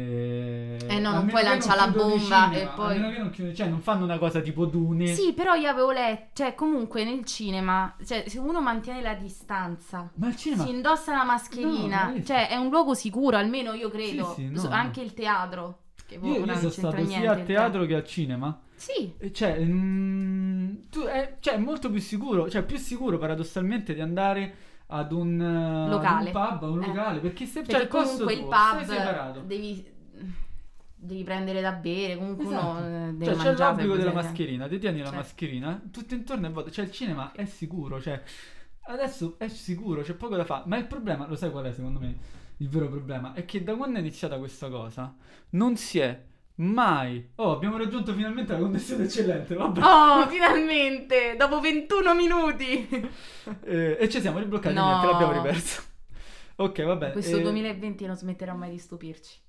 [SPEAKER 2] Eh,
[SPEAKER 1] Eh no,
[SPEAKER 2] a
[SPEAKER 1] non
[SPEAKER 2] meno
[SPEAKER 1] puoi
[SPEAKER 2] che
[SPEAKER 1] lanciare la
[SPEAKER 2] chiudono i
[SPEAKER 1] bomba
[SPEAKER 2] cinema,
[SPEAKER 1] e
[SPEAKER 2] a
[SPEAKER 1] poi-
[SPEAKER 2] meno che non chiudono- cioè, non fanno una cosa tipo Dune.
[SPEAKER 1] Sì, però io avevo letto, cioè comunque nel cinema, cioè se uno mantiene la distanza,
[SPEAKER 2] Ma il cinema.
[SPEAKER 1] si indossa la
[SPEAKER 2] No,
[SPEAKER 1] mascherina,
[SPEAKER 2] ma io-
[SPEAKER 1] cioè è un luogo sicuro, almeno io credo,
[SPEAKER 2] Sì, sì, no,
[SPEAKER 1] So-
[SPEAKER 2] no.
[SPEAKER 1] anche il teatro, che boh,
[SPEAKER 2] Io, io
[SPEAKER 1] non
[SPEAKER 2] sono
[SPEAKER 1] c'entra
[SPEAKER 2] stato
[SPEAKER 1] niente
[SPEAKER 2] sia
[SPEAKER 1] il
[SPEAKER 2] a teatro che al cinema.
[SPEAKER 1] Sì,
[SPEAKER 2] E Cioè, mm, tu- è, cioè, è molto più sicuro, cioè più sicuro paradossalmente di andare ad un, eh,
[SPEAKER 1] Locale.
[SPEAKER 2] ad un pub, a un
[SPEAKER 1] Eh.
[SPEAKER 2] locale, perché se cioè,
[SPEAKER 1] perché
[SPEAKER 2] al posto
[SPEAKER 1] comunque il
[SPEAKER 2] tuo sei
[SPEAKER 1] pub
[SPEAKER 2] separato.
[SPEAKER 1] devi, devi prendere da bere, comunque
[SPEAKER 2] Esatto.
[SPEAKER 1] uno eh, deve
[SPEAKER 2] Cioè, c'è
[SPEAKER 1] mangiare. per
[SPEAKER 2] l'obbligo della
[SPEAKER 1] poter-
[SPEAKER 2] mascherina, ti tieni la
[SPEAKER 1] Cioè.
[SPEAKER 2] mascherina, tutto intorno è vuoto, cioè il cinema è sicuro, cioè adesso è sicuro, c'è poco da fare, ma il problema, lo sai qual è secondo me? Il vero problema è che da quando è iniziata questa cosa non si è mai... Oh, abbiamo raggiunto finalmente la connessione eccellente, vabbè.
[SPEAKER 1] Oh, finalmente, dopo 21 minuti.
[SPEAKER 2] Eh, e ci siamo ribloccati,
[SPEAKER 1] No.
[SPEAKER 2] niente, l'abbiamo riperso. Ok, va bene.
[SPEAKER 1] Questo
[SPEAKER 2] eh,
[SPEAKER 1] 2020 non smetterà mai di stupirci.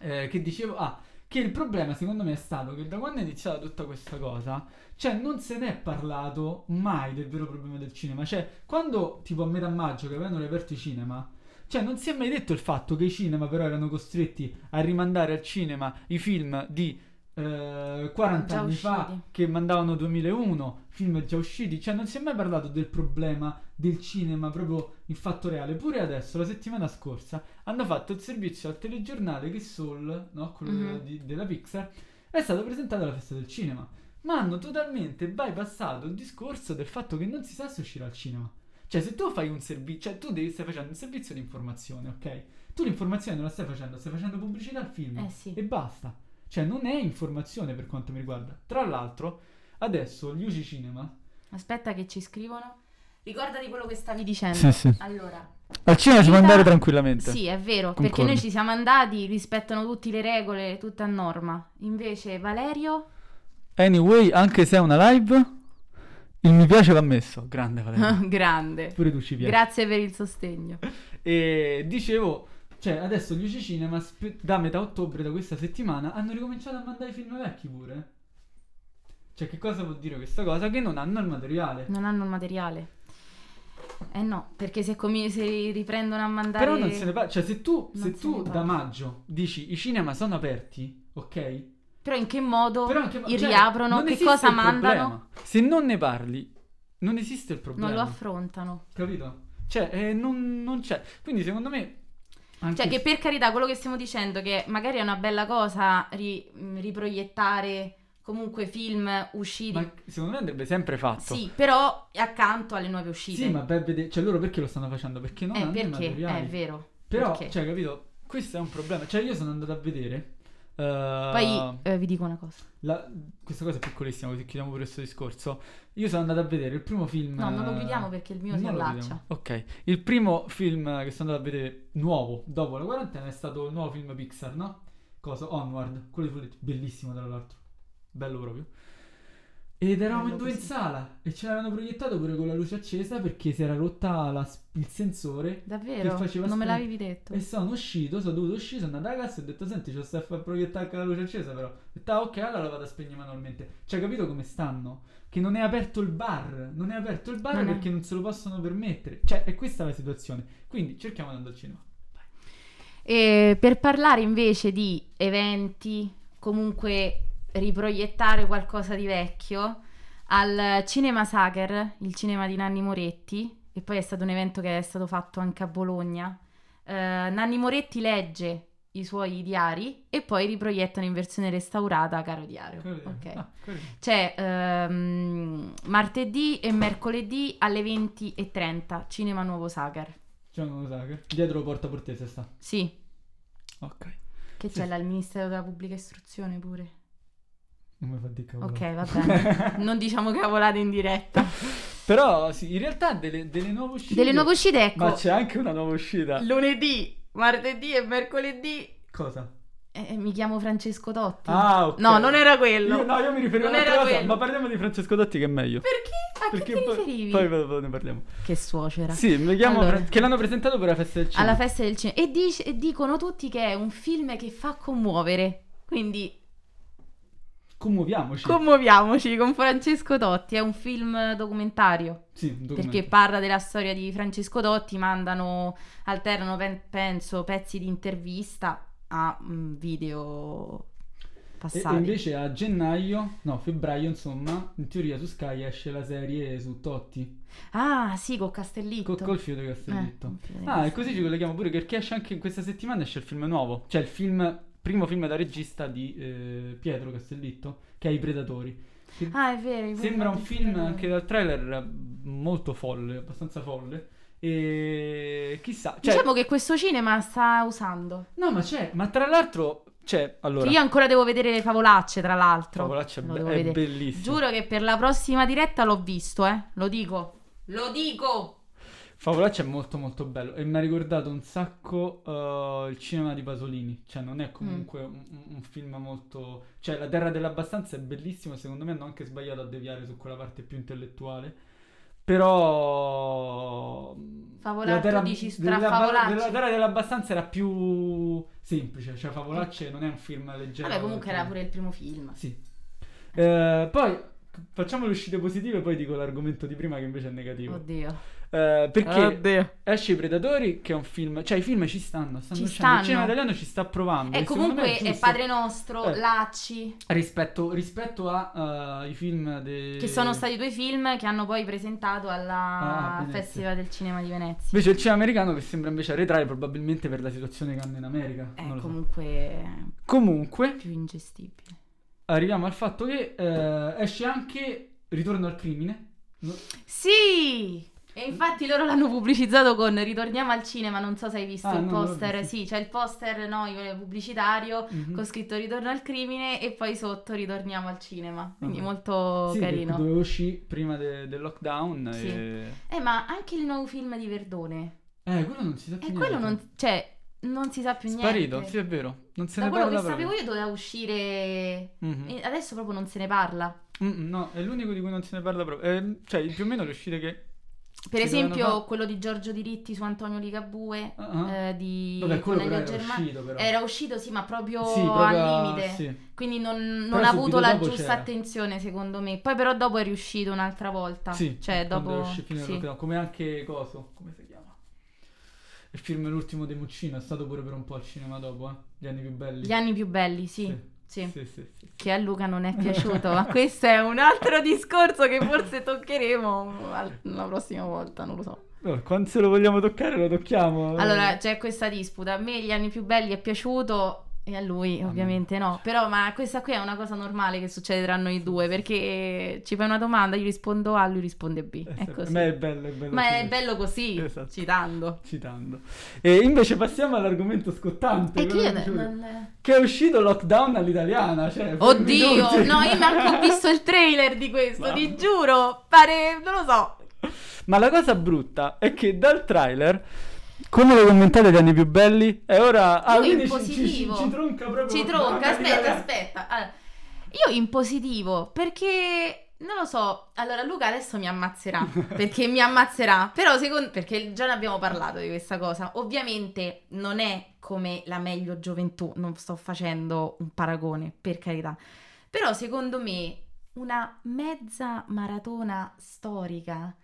[SPEAKER 2] eh, che dicevo, ah, che il problema secondo me è stato che da quando è iniziata tutta questa cosa, cioè non se ne è parlato mai del vero problema del cinema. Cioè, quando tipo a metà maggio che avevano riaperto i cinema, cioè non si è mai detto il fatto che i cinema però erano costretti a rimandare al cinema i film di eh, 40
[SPEAKER 1] Già
[SPEAKER 2] anni fa
[SPEAKER 1] usciti.
[SPEAKER 2] che mandavano 2001, film già usciti, cioè non si è mai parlato del problema del cinema proprio in fatto reale. Pure adesso, la settimana scorsa, hanno fatto il servizio al telegiornale che Soul, no? quello
[SPEAKER 1] Mhm.
[SPEAKER 2] della- di- della Pixar, è stato presentato alla festa del cinema ma hanno totalmente bypassato il discorso del fatto che non si sa se uscire al cinema. Cioè, se tu fai un servizio, cioè tu devi stai facendo un servizio di informazione, ok? Tu l'informazione non la stai facendo, stai facendo pubblicità al film.
[SPEAKER 1] Eh sì.
[SPEAKER 2] E basta. Cioè, non è informazione per quanto mi riguarda. Tra l'altro, adesso gli UCI Cinema.
[SPEAKER 1] Aspetta che ci scrivono. Ricordati quello che
[SPEAKER 2] [laughs]
[SPEAKER 1] stavi dicendo.
[SPEAKER 2] sì.
[SPEAKER 1] Allora,
[SPEAKER 2] Al cinema
[SPEAKER 1] si può andare
[SPEAKER 2] tranquillamente.
[SPEAKER 1] sì, è vero,
[SPEAKER 2] Concordo.
[SPEAKER 1] perché noi ci siamo andati, rispettano tutte le regole, tutta a norma. Invece Valerio [laughs]
[SPEAKER 2] Anyway, anche se è una live, il mi piace va messo. Grande,
[SPEAKER 1] Ah. grande.
[SPEAKER 2] Pure tu ci piaci.
[SPEAKER 1] Grazie per il sostegno.
[SPEAKER 2] E dicevo, cioè adesso gli UC Cinema spe- da metà ottobre, da questa settimana, hanno ricominciato a mandare i film vecchi pure. Cioè, che cosa vuol dire questa cosa? Che non hanno il materiale.
[SPEAKER 1] Non hanno il materiale. Eh no, perché se, comi- se riprendono a mandare
[SPEAKER 2] Però non se ne parla. Cioè, se tu,
[SPEAKER 1] Non
[SPEAKER 2] se
[SPEAKER 1] se
[SPEAKER 2] tu
[SPEAKER 1] ne
[SPEAKER 2] da
[SPEAKER 1] parla.
[SPEAKER 2] maggio dici i cinema sono aperti, ok?
[SPEAKER 1] Però in che modo
[SPEAKER 2] Però anche
[SPEAKER 1] i
[SPEAKER 2] cioè,
[SPEAKER 1] riaprono,
[SPEAKER 2] non
[SPEAKER 1] che
[SPEAKER 2] esiste
[SPEAKER 1] cosa
[SPEAKER 2] il
[SPEAKER 1] mandano?
[SPEAKER 2] problema. Se non ne parli, non esiste il problema.
[SPEAKER 1] non lo affrontano?
[SPEAKER 2] Capito? Cioè, eh, non, non c'è. Quindi, secondo me. anche
[SPEAKER 1] Cioè, che per carità, quello che stiamo dicendo, che magari è una bella cosa ri- mh, riproiettare comunque film usciti.
[SPEAKER 2] Ma secondo me andrebbe sempre fatto.
[SPEAKER 1] Sì, però accanto alle nuove uscite.
[SPEAKER 2] Sì, ma beh, vede- cioè loro perché lo stanno facendo? Perché non
[SPEAKER 1] eh,
[SPEAKER 2] hanno i
[SPEAKER 1] perché?
[SPEAKER 2] materiali.
[SPEAKER 1] È vero.
[SPEAKER 2] Però,
[SPEAKER 1] perché?
[SPEAKER 2] cioè, capito? Questo è un problema. Cioè, io sono andato a vedere. eh,
[SPEAKER 1] Poi eh, vi dico una cosa.
[SPEAKER 2] la- questa cosa è piccolissima, così chiudiamo pure questo discorso. Io sono andato a vedere il primo film.
[SPEAKER 1] No, non lo
[SPEAKER 2] eh,
[SPEAKER 1] chiudiamo perché il mio si
[SPEAKER 2] non lo
[SPEAKER 1] allaccia.
[SPEAKER 2] chiudiamo. Ok, il primo film che sono andato a vedere nuovo dopo la quarantena è stato il nuovo film Pixar, no? Cosa? Onward, quello di Follett, bellissimo tra l'altro, bello proprio. Ed eravamo
[SPEAKER 1] Bello
[SPEAKER 2] in due in
[SPEAKER 1] così.
[SPEAKER 2] sala e ce l'avevano proiettato pure con la luce accesa perché si era rotta la sp- il sensore
[SPEAKER 1] Davvero?
[SPEAKER 2] Che faceva Eh,
[SPEAKER 1] Non me
[SPEAKER 2] stri-
[SPEAKER 1] l'avevi detto.
[SPEAKER 2] e sono uscito, sono dovuto uscire, sono andato a casa e ho detto senti c'ho sta a far proiettare anche la luce accesa però. Ho detto "Ah, ok allora la vado a spegnere manualmente. Cioè capito come stanno? Che non è aperto il bar, non è aperto il bar
[SPEAKER 1] Non è.
[SPEAKER 2] perché non se lo possono permettere. Cioè è questa la situazione. Quindi cerchiamo di andare al cinema.
[SPEAKER 1] E per parlare invece di eventi, comunque riproiettare qualcosa di vecchio, al Cinema Sacher, il cinema di Nanni Moretti, e poi è stato un evento che è stato fatto anche a Bologna, eh, Nanni Moretti legge i suoi diari e poi riproiettano in versione restaurata Caro Diario.
[SPEAKER 2] Che vuol dire?
[SPEAKER 1] Ok.
[SPEAKER 2] Ah, che vuol dire?
[SPEAKER 1] C'è ehm, martedì e mercoledì alle 20.30, Cinema Nuovo Sacher.
[SPEAKER 2] C'è uno Sacher. Dietro porta portese sta.
[SPEAKER 1] Sì,
[SPEAKER 2] Ok.
[SPEAKER 1] che
[SPEAKER 2] Sì.
[SPEAKER 1] c'è là il Ministero della Pubblica Istruzione pure.
[SPEAKER 2] Non mi fa di cavolo.
[SPEAKER 1] Ok, va bene. Non diciamo cavolate in diretta.
[SPEAKER 2] [laughs] Però sì, in realtà delle, delle nuove uscite.
[SPEAKER 1] Delle nuove uscite, ecco,
[SPEAKER 2] Ma c'è anche una nuova uscita.
[SPEAKER 1] lunedì, martedì e mercoledì.
[SPEAKER 2] Cosa?
[SPEAKER 1] Eh, mi chiamo Francesco Dotti.
[SPEAKER 2] Ah, ok.
[SPEAKER 1] No, non era quello.
[SPEAKER 2] Io, no, io mi riferivo
[SPEAKER 1] Non
[SPEAKER 2] a un'altra
[SPEAKER 1] era
[SPEAKER 2] cosa,
[SPEAKER 1] quello.
[SPEAKER 2] ma parliamo di Francesco Dotti che è meglio.
[SPEAKER 1] Perché? A
[SPEAKER 2] Perché
[SPEAKER 1] che ti
[SPEAKER 2] poi-
[SPEAKER 1] riferivi?
[SPEAKER 2] Poi, ve- ve ne parliamo.
[SPEAKER 1] Che suocera.
[SPEAKER 2] Sì, cioè. mi chiamo
[SPEAKER 1] Allora.
[SPEAKER 2] Fra- che l'hanno presentato per la festa del cinema.
[SPEAKER 1] Alla festa del cinema. E, dice- e dicono tutti che è un film che fa commuovere. Quindi
[SPEAKER 2] Commuoviamoci.
[SPEAKER 1] commuoviamoci con Francesco Dotti. È un film documentario.
[SPEAKER 2] sì, un documento.
[SPEAKER 1] perché parla della storia di Francesco Dotti, mandano, alternano, pen- penso, pezzi di intervista a mm, video
[SPEAKER 2] E,
[SPEAKER 1] passati.
[SPEAKER 2] e invece a gennaio, no, febbraio insomma, in teoria su Sky esce la serie su Totti,
[SPEAKER 1] Ah, sì, con Castellitto.
[SPEAKER 2] co- col filo di
[SPEAKER 1] Eh,
[SPEAKER 2] Castellitto.
[SPEAKER 1] con Fio di
[SPEAKER 2] Ah, e
[SPEAKER 1] Castellitto.
[SPEAKER 2] così ci colleghiamo pure perché esce anche in questa settimana esce il film nuovo, cioè il film, primo film da regista di eh, Pietro Castellitto, che è I Predatori.
[SPEAKER 1] Ah, è vero. i
[SPEAKER 2] Sembra un
[SPEAKER 1] Pullman
[SPEAKER 2] film
[SPEAKER 1] Predatori.
[SPEAKER 2] anche dal trailer eh, molto folle, abbastanza folle. E chissà, cioè,
[SPEAKER 1] Diciamo che questo cinema sta usando.
[SPEAKER 2] no, ma c'è, ma tra l'altro, c'è, allora,
[SPEAKER 1] Che io ancora devo vedere le favolacce, tra l'altro.
[SPEAKER 2] Favolaccia è,
[SPEAKER 1] Lo
[SPEAKER 2] be-
[SPEAKER 1] devo
[SPEAKER 2] è
[SPEAKER 1] vedere.
[SPEAKER 2] bellissimo.
[SPEAKER 1] Giuro che per la prossima diretta l'ho visto, eh. Lo dico. Lo dico.
[SPEAKER 2] Favolaccia è molto molto bello e mi ha ricordato un sacco eh, il cinema di Pasolini, cioè non
[SPEAKER 1] Mm.
[SPEAKER 2] è comunque un, un- un film molto... cioè La Terra dell'Abbastanza è bellissimo, secondo me hanno anche sbagliato a deviare su quella parte più intellettuale, però...
[SPEAKER 1] Favolaccia,
[SPEAKER 2] La Terra
[SPEAKER 1] dici,
[SPEAKER 2] della-
[SPEAKER 1] tra Favolaccia.
[SPEAKER 2] della Terra dell'Abbastanza era più semplice, cioè Favolaccia non è un film leggero.
[SPEAKER 1] Vabbè, comunque era
[SPEAKER 2] perché-
[SPEAKER 1] pure il primo film.
[SPEAKER 2] Sì. Eh, poi facciamo le uscite positive e poi dico l'argomento di prima che invece è negativo.
[SPEAKER 1] Oddio.
[SPEAKER 2] Eh, perché...
[SPEAKER 1] Oddio.
[SPEAKER 2] Esce I Predatori, che è un film. Cioè, i film ci stanno, stanno
[SPEAKER 1] Ci
[SPEAKER 2] uscendo.
[SPEAKER 1] stanno.
[SPEAKER 2] Il cinema italiano ci sta provando.
[SPEAKER 1] E
[SPEAKER 2] secondo me
[SPEAKER 1] comunque è,
[SPEAKER 2] giusto.
[SPEAKER 1] Padre Nostro,
[SPEAKER 2] Eh.
[SPEAKER 1] Lacci,
[SPEAKER 2] Rispetto, rispetto a eh, i film de-
[SPEAKER 1] che sono stati due film che hanno poi presentato
[SPEAKER 2] Ah,
[SPEAKER 1] alla
[SPEAKER 2] Venezia.
[SPEAKER 1] Festival del Cinema di Venezia.
[SPEAKER 2] Invece il cinema americano che sembra invece arretrare, probabilmente per la situazione che hanno in America.
[SPEAKER 1] È
[SPEAKER 2] non lo so.
[SPEAKER 1] Eh, comunque
[SPEAKER 2] Comunque,
[SPEAKER 1] più ingestibile.
[SPEAKER 2] arriviamo al fatto che eh, esce anche Ritorno al crimine. No-
[SPEAKER 1] Sì! E infatti loro l'hanno pubblicizzato con Ritorniamo al cinema, non so se hai visto
[SPEAKER 2] Ah,
[SPEAKER 1] il
[SPEAKER 2] no, non l'ho
[SPEAKER 1] poster,
[SPEAKER 2] visto.
[SPEAKER 1] sì, c'è il poster no, il pubblicitario
[SPEAKER 2] Mhm.
[SPEAKER 1] con scritto Ritorno al crimine e poi sotto Ritorniamo al cinema, quindi
[SPEAKER 2] Ah.
[SPEAKER 1] molto
[SPEAKER 2] Sì, che
[SPEAKER 1] carino.
[SPEAKER 2] doveva uscire prima de- del lockdown.
[SPEAKER 1] Sì.
[SPEAKER 2] E...
[SPEAKER 1] Eh, ma anche il nuovo film di Verdone.
[SPEAKER 2] Eh, quello non si sa più
[SPEAKER 1] E
[SPEAKER 2] niente.
[SPEAKER 1] quello non, cioè, non si sa più niente.
[SPEAKER 2] Sparito, sì, è vero. Non se
[SPEAKER 1] Da
[SPEAKER 2] ne
[SPEAKER 1] quello che Eh.
[SPEAKER 2] parla
[SPEAKER 1] sapevo
[SPEAKER 2] proprio.
[SPEAKER 1] io doveva uscire...
[SPEAKER 2] Mhm.
[SPEAKER 1] e Adesso proprio non se ne parla.
[SPEAKER 2] Mm, no, è l'unico di cui non se ne parla proprio. Ehm, cioè, più o meno le uscite che.
[SPEAKER 1] Per
[SPEAKER 2] Ci dovevano
[SPEAKER 1] esempio
[SPEAKER 2] fa-
[SPEAKER 1] quello di Giorgio Diritti su Antonio Ligabue,
[SPEAKER 2] Ah, ah.
[SPEAKER 1] eh, di
[SPEAKER 2] Vabbè, quello però
[SPEAKER 1] Cornelia
[SPEAKER 2] era
[SPEAKER 1] Germani.
[SPEAKER 2] uscito, però.
[SPEAKER 1] Era uscito, sì, ma proprio,
[SPEAKER 2] Sì, proprio a-
[SPEAKER 1] al limite.
[SPEAKER 2] sì.
[SPEAKER 1] Quindi non, non
[SPEAKER 2] Però
[SPEAKER 1] ha
[SPEAKER 2] subito
[SPEAKER 1] avuto la
[SPEAKER 2] dopo
[SPEAKER 1] giusta
[SPEAKER 2] c'era.
[SPEAKER 1] attenzione, secondo me. Poi, però, dopo è riuscito un'altra volta.
[SPEAKER 2] Sì,
[SPEAKER 1] cioè,
[SPEAKER 2] quando
[SPEAKER 1] dopo.
[SPEAKER 2] esce il film del
[SPEAKER 1] sì.
[SPEAKER 2] lockdown, Come anche Coso, come si chiama? Il film L'ultimo dei Muccino è stato pure per un po' al cinema dopo, eh? Gli anni più belli.
[SPEAKER 1] Gli anni più belli, sì.
[SPEAKER 2] Sì,
[SPEAKER 1] sì.
[SPEAKER 2] sì, sì, sì.
[SPEAKER 1] Che a Luca
[SPEAKER 2] [laughs]
[SPEAKER 1] non è piaciuto, ma questo è un altro discorso che forse toccheremo al- la prossima volta, non lo so.
[SPEAKER 2] Allora, quando se lo vogliamo toccare, lo tocchiamo. Eh,
[SPEAKER 1] Allora, c'è questa disputa. A me gli anni più belli è piaciuto e a lui ovviamente no. Però, ma questa qui è una cosa normale che succede tra noi due, perché ci fai una domanda, io rispondo A, lui risponde B.
[SPEAKER 2] Eh,
[SPEAKER 1] È
[SPEAKER 2] sempre-
[SPEAKER 1] così.
[SPEAKER 2] Ma è bello, è bello.
[SPEAKER 1] Ma
[SPEAKER 2] così.
[SPEAKER 1] è bello così,
[SPEAKER 2] Esatto.
[SPEAKER 1] citando.
[SPEAKER 2] Citando. E invece passiamo all'argomento scottante.
[SPEAKER 1] E che
[SPEAKER 2] quello
[SPEAKER 1] io...
[SPEAKER 2] che dicevo io.
[SPEAKER 1] non-
[SPEAKER 2] Che è uscito lockdown all'italiana. Cioè, fermi
[SPEAKER 1] Oddio,
[SPEAKER 2] tutti.
[SPEAKER 1] no, io
[SPEAKER 2] [laughs]
[SPEAKER 1] manco ho visto il trailer di questo,
[SPEAKER 2] Ma-
[SPEAKER 1] ti giuro. Pare, non lo so.
[SPEAKER 2] Ma la cosa brutta è che dal trailer, come lo commentate gli anni più belli, e ora... ah,
[SPEAKER 1] Io in
[SPEAKER 2] quindi ci-
[SPEAKER 1] positivo.
[SPEAKER 2] Ci, ci tronca proprio...
[SPEAKER 1] Ci tronca,
[SPEAKER 2] Mamma mia,
[SPEAKER 1] aspetta,
[SPEAKER 2] ragazzi.
[SPEAKER 1] aspetta. Allora, io in positivo, perché non lo so. Allora, Luca adesso mi
[SPEAKER 2] [laughs]
[SPEAKER 1] ammazzerà. Perché mi ammazzerà. Però, secondo. Perché già ne abbiamo parlato di questa cosa. Ovviamente non è come la meglio gioventù. Non sto facendo un paragone, per carità. Però, secondo me, una mezza maratona storica.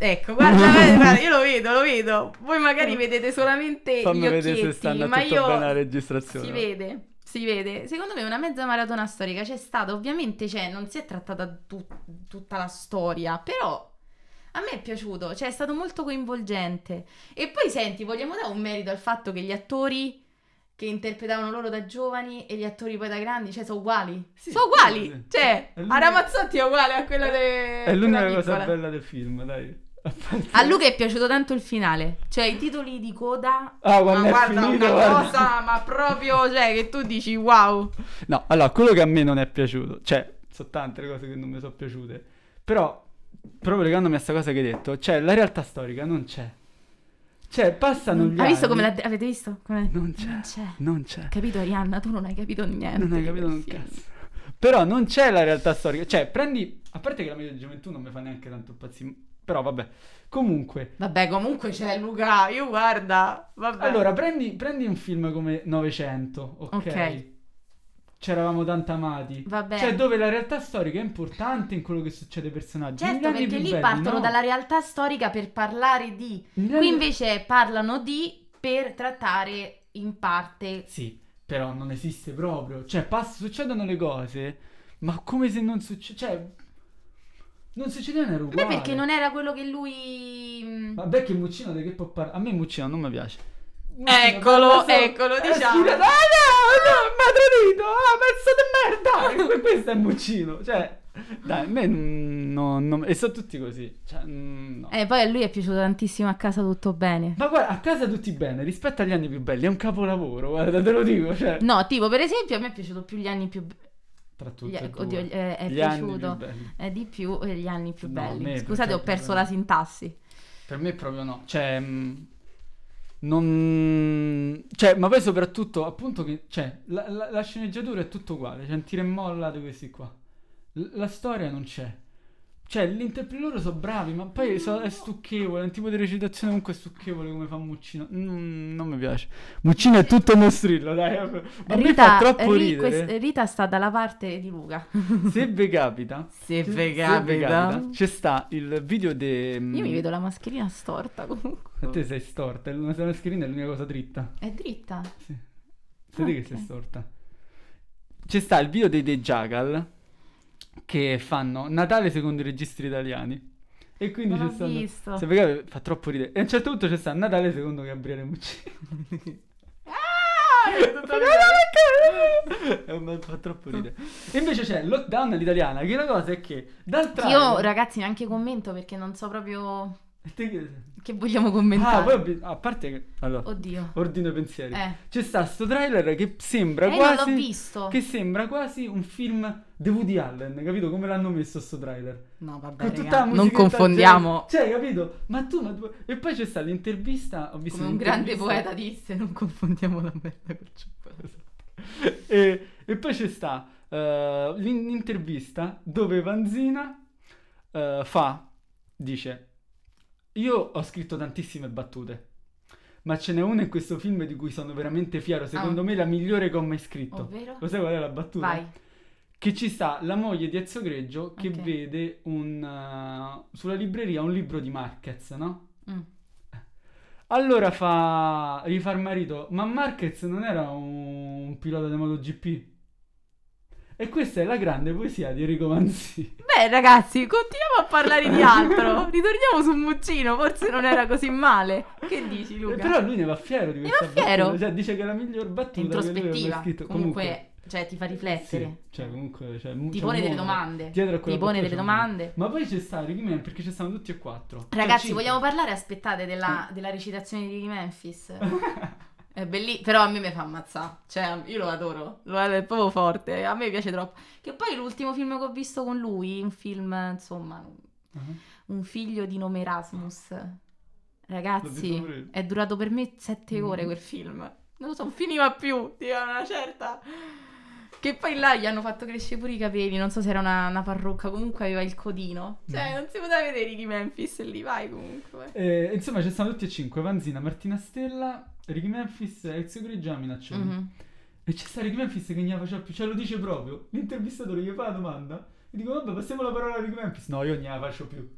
[SPEAKER 1] Ecco,
[SPEAKER 2] [laughs]
[SPEAKER 1] guarda, guarda, guarda, io lo vedo, lo vedo. Voi magari
[SPEAKER 2] Eh.
[SPEAKER 1] vedete solamente
[SPEAKER 2] Fammi
[SPEAKER 1] Eh, gli
[SPEAKER 2] vedere
[SPEAKER 1] occhietti,
[SPEAKER 2] se stanno
[SPEAKER 1] ma
[SPEAKER 2] tutto
[SPEAKER 1] io
[SPEAKER 2] bene la registrazione.
[SPEAKER 1] si vede, si vede. Secondo me una mezza maratona storica c'è stata, ovviamente c'è, non si è trattata tu- tutta la storia, però a me è piaciuto, cioè è stato molto coinvolgente. E poi senti, vogliamo dare un merito al fatto che gli attori che interpretavano loro da giovani e gli attori poi da grandi, cioè sono uguali.
[SPEAKER 2] Sì,
[SPEAKER 1] sono uguali,
[SPEAKER 2] sì, sì.
[SPEAKER 1] cioè
[SPEAKER 2] È l'unica-
[SPEAKER 1] a Ramazzotti è uguale a quella de-
[SPEAKER 2] È l'unica
[SPEAKER 1] quella
[SPEAKER 2] cosa
[SPEAKER 1] piccola. Ah,
[SPEAKER 2] bella del film, dai. A parte-
[SPEAKER 1] A Luca è piaciuto tanto il finale, cioè i titoli di coda
[SPEAKER 2] Ah, quando
[SPEAKER 1] ma
[SPEAKER 2] è
[SPEAKER 1] guarda,
[SPEAKER 2] finito,
[SPEAKER 1] una
[SPEAKER 2] guarda.
[SPEAKER 1] cosa, ma proprio, cioè, che tu dici wow.
[SPEAKER 2] No, allora, quello che a me non è piaciuto, cioè, sono tante le cose che non mi sono piaciute, però, proprio legandomi a sta cosa che hai detto, cioè, la realtà storica non c'è. Cioè, passano gli
[SPEAKER 1] Hai visto
[SPEAKER 2] anni-
[SPEAKER 1] come l'ha- avete visto? Come-
[SPEAKER 2] Non c'è.
[SPEAKER 1] Non c'è.
[SPEAKER 2] Non c'è.
[SPEAKER 1] Capito Arianna, tu non hai capito niente.
[SPEAKER 2] Non hai
[SPEAKER 1] di
[SPEAKER 2] capito
[SPEAKER 1] quel
[SPEAKER 2] un
[SPEAKER 1] film.
[SPEAKER 2] cazzo. Però non c'è la realtà storica. Cioè, prendi. A parte che la media di gioventù non mi fa neanche tanto impazzire. Però vabbè. Comunque.
[SPEAKER 1] Vabbè, comunque c'è Luca, io guarda, vabbè.
[SPEAKER 2] Allora, prendi, prendi un film come 900, ok?
[SPEAKER 1] Ok.
[SPEAKER 2] C'eravamo tanto amati.
[SPEAKER 1] Vabbè.
[SPEAKER 2] Cioè, dove la realtà storica è importante in quello che succede ai personaggi. Negli
[SPEAKER 1] certo,
[SPEAKER 2] anni
[SPEAKER 1] perché
[SPEAKER 2] più
[SPEAKER 1] lì
[SPEAKER 2] belli,
[SPEAKER 1] partono
[SPEAKER 2] no?
[SPEAKER 1] dalla realtà storica per parlare di.
[SPEAKER 2] Negli
[SPEAKER 1] Qui
[SPEAKER 2] anni-
[SPEAKER 1] invece parlano di per trattare in parte
[SPEAKER 2] Sì, però non esiste proprio. Cioè, pass- succedono le cose, ma come se non succede... Cioè, non succedeva era uguale.
[SPEAKER 1] Beh, perché non era quello che lui. mm, mh,
[SPEAKER 2] Vabbè che Muccino di che può parlare? A me Muccino non mi piace.
[SPEAKER 1] Eccolo, eccolo,
[SPEAKER 2] Eh,
[SPEAKER 1] diciamo.
[SPEAKER 2] scusa, no, no, no, mi ha tradito, ah, pezzo di merda! E que- Questo è Muccino, cioè... Dai, a me non... non- non- e sono tutti così, cioè, mm, no.
[SPEAKER 1] Eh, poi a lui è piaciuto tantissimo a casa tutto bene.
[SPEAKER 2] Ma guarda, a casa tutti bene, rispetto agli anni più belli, è un capolavoro, guarda, te lo dico, cioè...
[SPEAKER 1] No, tipo, per esempio, a me è piaciuto più gli anni più. be-
[SPEAKER 2] Tra tutti
[SPEAKER 1] Gli,
[SPEAKER 2] e due.
[SPEAKER 1] oddio, gli- eh, è
[SPEAKER 2] Gli anni più
[SPEAKER 1] piaciuto
[SPEAKER 2] belli.
[SPEAKER 1] eh, di più eh, gli anni più
[SPEAKER 2] No, a
[SPEAKER 1] belli.
[SPEAKER 2] me,
[SPEAKER 1] Scusate, ho
[SPEAKER 2] perché-
[SPEAKER 1] perso la sintassi.
[SPEAKER 2] Per me proprio no, cioè... mh, Non... Cioè, ma poi soprattutto, appunto, che... Cioè, la, la- la sceneggiatura è tutto uguale, c'è un tira e molla di questi qua. L- la storia non c'è. Cioè, l'interpre loro sono bravi, ma poi so- è stucchevole, è un tipo di recitazione comunque stucchevole come fa Muccino. Mm, non mi piace. Muccino è tutto mostrillo, dai. Ma mi fa troppo
[SPEAKER 1] Ri-
[SPEAKER 2] ridere.
[SPEAKER 1] quest- Rita sta dalla parte di Luca.
[SPEAKER 2] Se vi capita...
[SPEAKER 1] Se
[SPEAKER 2] vi capita, C'è sta il video de...
[SPEAKER 1] Io mi vedo la mascherina storta comunque.
[SPEAKER 2] A te sei storta, la mascherina è l'unica cosa dritta.
[SPEAKER 1] È dritta.
[SPEAKER 2] Sì. Senti che
[SPEAKER 1] Ok.
[SPEAKER 2] sei storta. C'è sta il video dei The Jagal che fanno Natale secondo i registri italiani. E quindi
[SPEAKER 1] Non
[SPEAKER 2] c'è
[SPEAKER 1] l'ho
[SPEAKER 2] stanno...
[SPEAKER 1] visto.
[SPEAKER 2] Se perché fa troppo ridere. E a un certo punto c'è sta Natale secondo Gabriele
[SPEAKER 1] [laughs]
[SPEAKER 2] Mucci.
[SPEAKER 1] Ah!
[SPEAKER 2] [laughs]
[SPEAKER 1] [laughs]
[SPEAKER 2] Eh, ma fa troppo ridere. E invece c'è Lockdown all'italiana, che la cosa è che dal trailer...
[SPEAKER 1] Io, ragazzi, neanche commento perché non so proprio
[SPEAKER 2] Te che-
[SPEAKER 1] che vogliamo
[SPEAKER 2] Ah, poi
[SPEAKER 1] commentare.
[SPEAKER 2] ho vi- a parte che... Allora,
[SPEAKER 1] Oddio.
[SPEAKER 2] ordino i pensieri.
[SPEAKER 1] Eh.
[SPEAKER 2] C'è sta sto trailer che sembra
[SPEAKER 1] Eh, non
[SPEAKER 2] quasi...
[SPEAKER 1] l'ho visto.
[SPEAKER 2] Che sembra quasi un film di Woody Allen, capito? Come l'hanno messo sto trailer.
[SPEAKER 1] No, vabbè,
[SPEAKER 2] Con
[SPEAKER 1] raga,
[SPEAKER 2] tutta la
[SPEAKER 1] non
[SPEAKER 2] musichetta,
[SPEAKER 1] confondiamo.
[SPEAKER 2] Cioè, cioè, capito? Ma tu, ma tu... E poi c'è stata l'intervista, ho visto
[SPEAKER 1] Come un grande
[SPEAKER 2] l'intervista-
[SPEAKER 1] poeta disse, non confondiamo la merda col cioccolato.
[SPEAKER 2] [laughs] E, e poi c'è sta eh, l'in- l'intervista dove Vanzina eh, fa, dice, io ho scritto tantissime battute, ma ce n'è una in questo film di cui sono veramente fiero, secondo
[SPEAKER 1] Ah.
[SPEAKER 2] me la migliore che ho mai scritto.
[SPEAKER 1] Ovvero?
[SPEAKER 2] Lo sai qual è la battuta?
[SPEAKER 1] Vai.
[SPEAKER 2] Che ci sta la moglie di Ezio Greggio che
[SPEAKER 1] Ok.
[SPEAKER 2] vede un, eh, sulla libreria un libro di Marquez, no?
[SPEAKER 1] Mm.
[SPEAKER 2] Allora fa rifar marito, ma Marquez non era un pilota di MotoGP? E questa è la grande poesia di Enrico Manzi.
[SPEAKER 1] Beh, ragazzi, continuiamo a parlare di
[SPEAKER 2] [laughs]
[SPEAKER 1] altro. Ritorniamo su Muccino, forse non era così male. Che [laughs] dici, Luca?
[SPEAKER 2] Eh, Però lui ne va fiero di
[SPEAKER 1] Ne
[SPEAKER 2] questa
[SPEAKER 1] va fiero.
[SPEAKER 2] battuta, cioè dice che è la miglior
[SPEAKER 1] È
[SPEAKER 2] battuta che lui abbia
[SPEAKER 1] introspettiva.
[SPEAKER 2] mai scritto.
[SPEAKER 1] Comunque, cioè, ti fa riflettere.
[SPEAKER 2] sì, cioè comunque cioè, mu-
[SPEAKER 1] ti
[SPEAKER 2] c'è
[SPEAKER 1] pone
[SPEAKER 2] un
[SPEAKER 1] delle
[SPEAKER 2] mondo.
[SPEAKER 1] domande.
[SPEAKER 2] Dietro a
[SPEAKER 1] Ti pone
[SPEAKER 2] quella battuta
[SPEAKER 1] delle
[SPEAKER 2] c'è un
[SPEAKER 1] domande.
[SPEAKER 2] Ma poi c'è stato Ricky Man perché ci stanno tutti e quattro. Cioè,
[SPEAKER 1] Ragazzi,
[SPEAKER 2] cinque. [laughs] Mm.
[SPEAKER 1] vogliamo parlare? Aspettate della, della recitazione di Memphis.
[SPEAKER 2] Ah,
[SPEAKER 1] È bellissimo, però a me mi fa ammazzare. Cioè, io lo adoro. Lo è proprio forte. A me piace troppo. Che poi l'ultimo film che ho visto con lui, un film, insomma,
[SPEAKER 2] Ah,
[SPEAKER 1] un figlio di nome Erasmus.
[SPEAKER 2] L'ho detto pure
[SPEAKER 1] Ragazzi,
[SPEAKER 2] io.
[SPEAKER 1] è durato per me sette
[SPEAKER 2] Mm.
[SPEAKER 1] ore quel film. Non lo so, non finiva più, era una certa. Che poi là gli hanno fatto crescere pure i capelli, non so se era una, una parrucca, comunque aveva il codino. Cioè,
[SPEAKER 2] Mm.
[SPEAKER 1] non si poteva vedere di Memphis lì, vai comunque.
[SPEAKER 2] eh, insomma, ci stanno tutti e cinque: Vanzina, Martina Stella, Ricky Memphis, Ezio Greggio e Minaccioni.
[SPEAKER 1] Mhm.
[SPEAKER 2] E c'è sta Rick Memphis che ne faceva più, cioè lo dice proprio. L'intervistatore gli fa la domanda e dico, vabbè, passiamo la parola a Rick Memphis. No, io non la faccio più.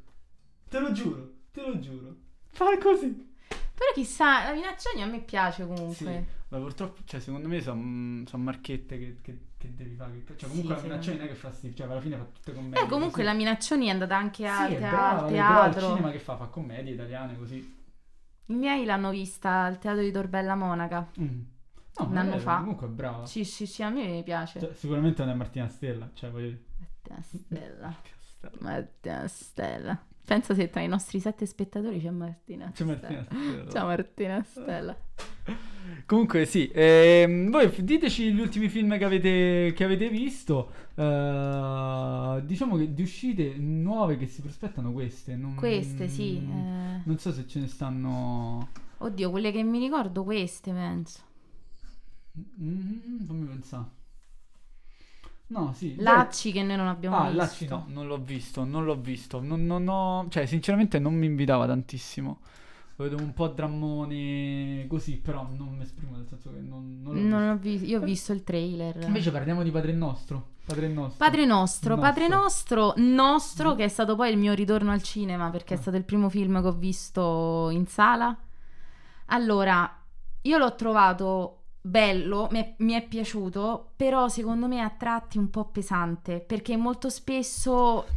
[SPEAKER 2] Te lo giuro, te lo giuro. Fa così.
[SPEAKER 1] Però chissà, la Minaccioni a me piace comunque.
[SPEAKER 2] Ma purtroppo, cioè, secondo me sono marchette che, che- che devi fare. che-
[SPEAKER 1] Sì,
[SPEAKER 2] Cioè, comunque la
[SPEAKER 1] sì.
[SPEAKER 2] minaccione non è che fa sti- cioè, alla fine fa tutte
[SPEAKER 1] Beh,
[SPEAKER 2] commedie.
[SPEAKER 1] Eh, comunque la Minaccioni è andata anche a-
[SPEAKER 2] sì,
[SPEAKER 1] te-
[SPEAKER 2] è brava,
[SPEAKER 1] al
[SPEAKER 2] è brava al
[SPEAKER 1] teatro.
[SPEAKER 2] cinema che fa, fa commedie italiane così.
[SPEAKER 1] I miei l'hanno vista al teatro di Torbella Monaca.
[SPEAKER 2] Mm. No,
[SPEAKER 1] Un
[SPEAKER 2] ma è
[SPEAKER 1] anno
[SPEAKER 2] vero,
[SPEAKER 1] fa.
[SPEAKER 2] Comunque è brava.
[SPEAKER 1] Sì, sì, sì, a me piace.
[SPEAKER 2] Ah. Cioè, sicuramente non è Martina Stella, cioè, voglio dire.
[SPEAKER 1] Mattia Stella. Martina Stella. Pensa se tra i nostri sette spettatori c'è Martina
[SPEAKER 2] C'è
[SPEAKER 1] Stella.
[SPEAKER 2] Cioè, Martina Stella.
[SPEAKER 1] Ciao Martina Stella.
[SPEAKER 2] Comunque sì, ehm, voi f- diteci gli ultimi film che avete, che avete visto, eh, diciamo che di uscite nuove che si prospettano queste. Non,
[SPEAKER 1] Queste sì.
[SPEAKER 2] Mm.
[SPEAKER 1] eh.
[SPEAKER 2] Non so se ce ne stanno...
[SPEAKER 1] Oddio, quelle che mi ricordo, queste penso.
[SPEAKER 2] Mm, fammi pensare. No, sì.
[SPEAKER 1] Lacci che noi non
[SPEAKER 2] dai-
[SPEAKER 1] abbiamo
[SPEAKER 2] Ah,
[SPEAKER 1] visto.
[SPEAKER 2] Lacci no, non l'ho visto, non l'ho visto. Non, non ho... Cioè, sinceramente non mi invitava tantissimo. Lo vedo un po' drammone così, però non mi esprimo, nel senso che non, non l'ho visto.
[SPEAKER 1] Non l'ho visto. Io ho visto il trailer.
[SPEAKER 2] Invece parliamo di Padre Nostro. Padre Nostro.
[SPEAKER 1] Padre nostro,
[SPEAKER 2] Nostro.
[SPEAKER 1] Padre nostro, nostro,
[SPEAKER 2] Mm.
[SPEAKER 1] che è stato poi il mio ritorno al cinema perché è
[SPEAKER 2] Ah.
[SPEAKER 1] stato il primo film che ho visto in sala. Allora, Io l'ho trovato bello, mi è, mi è piaciuto, però secondo me a tratti un po' pesante, perché molto spesso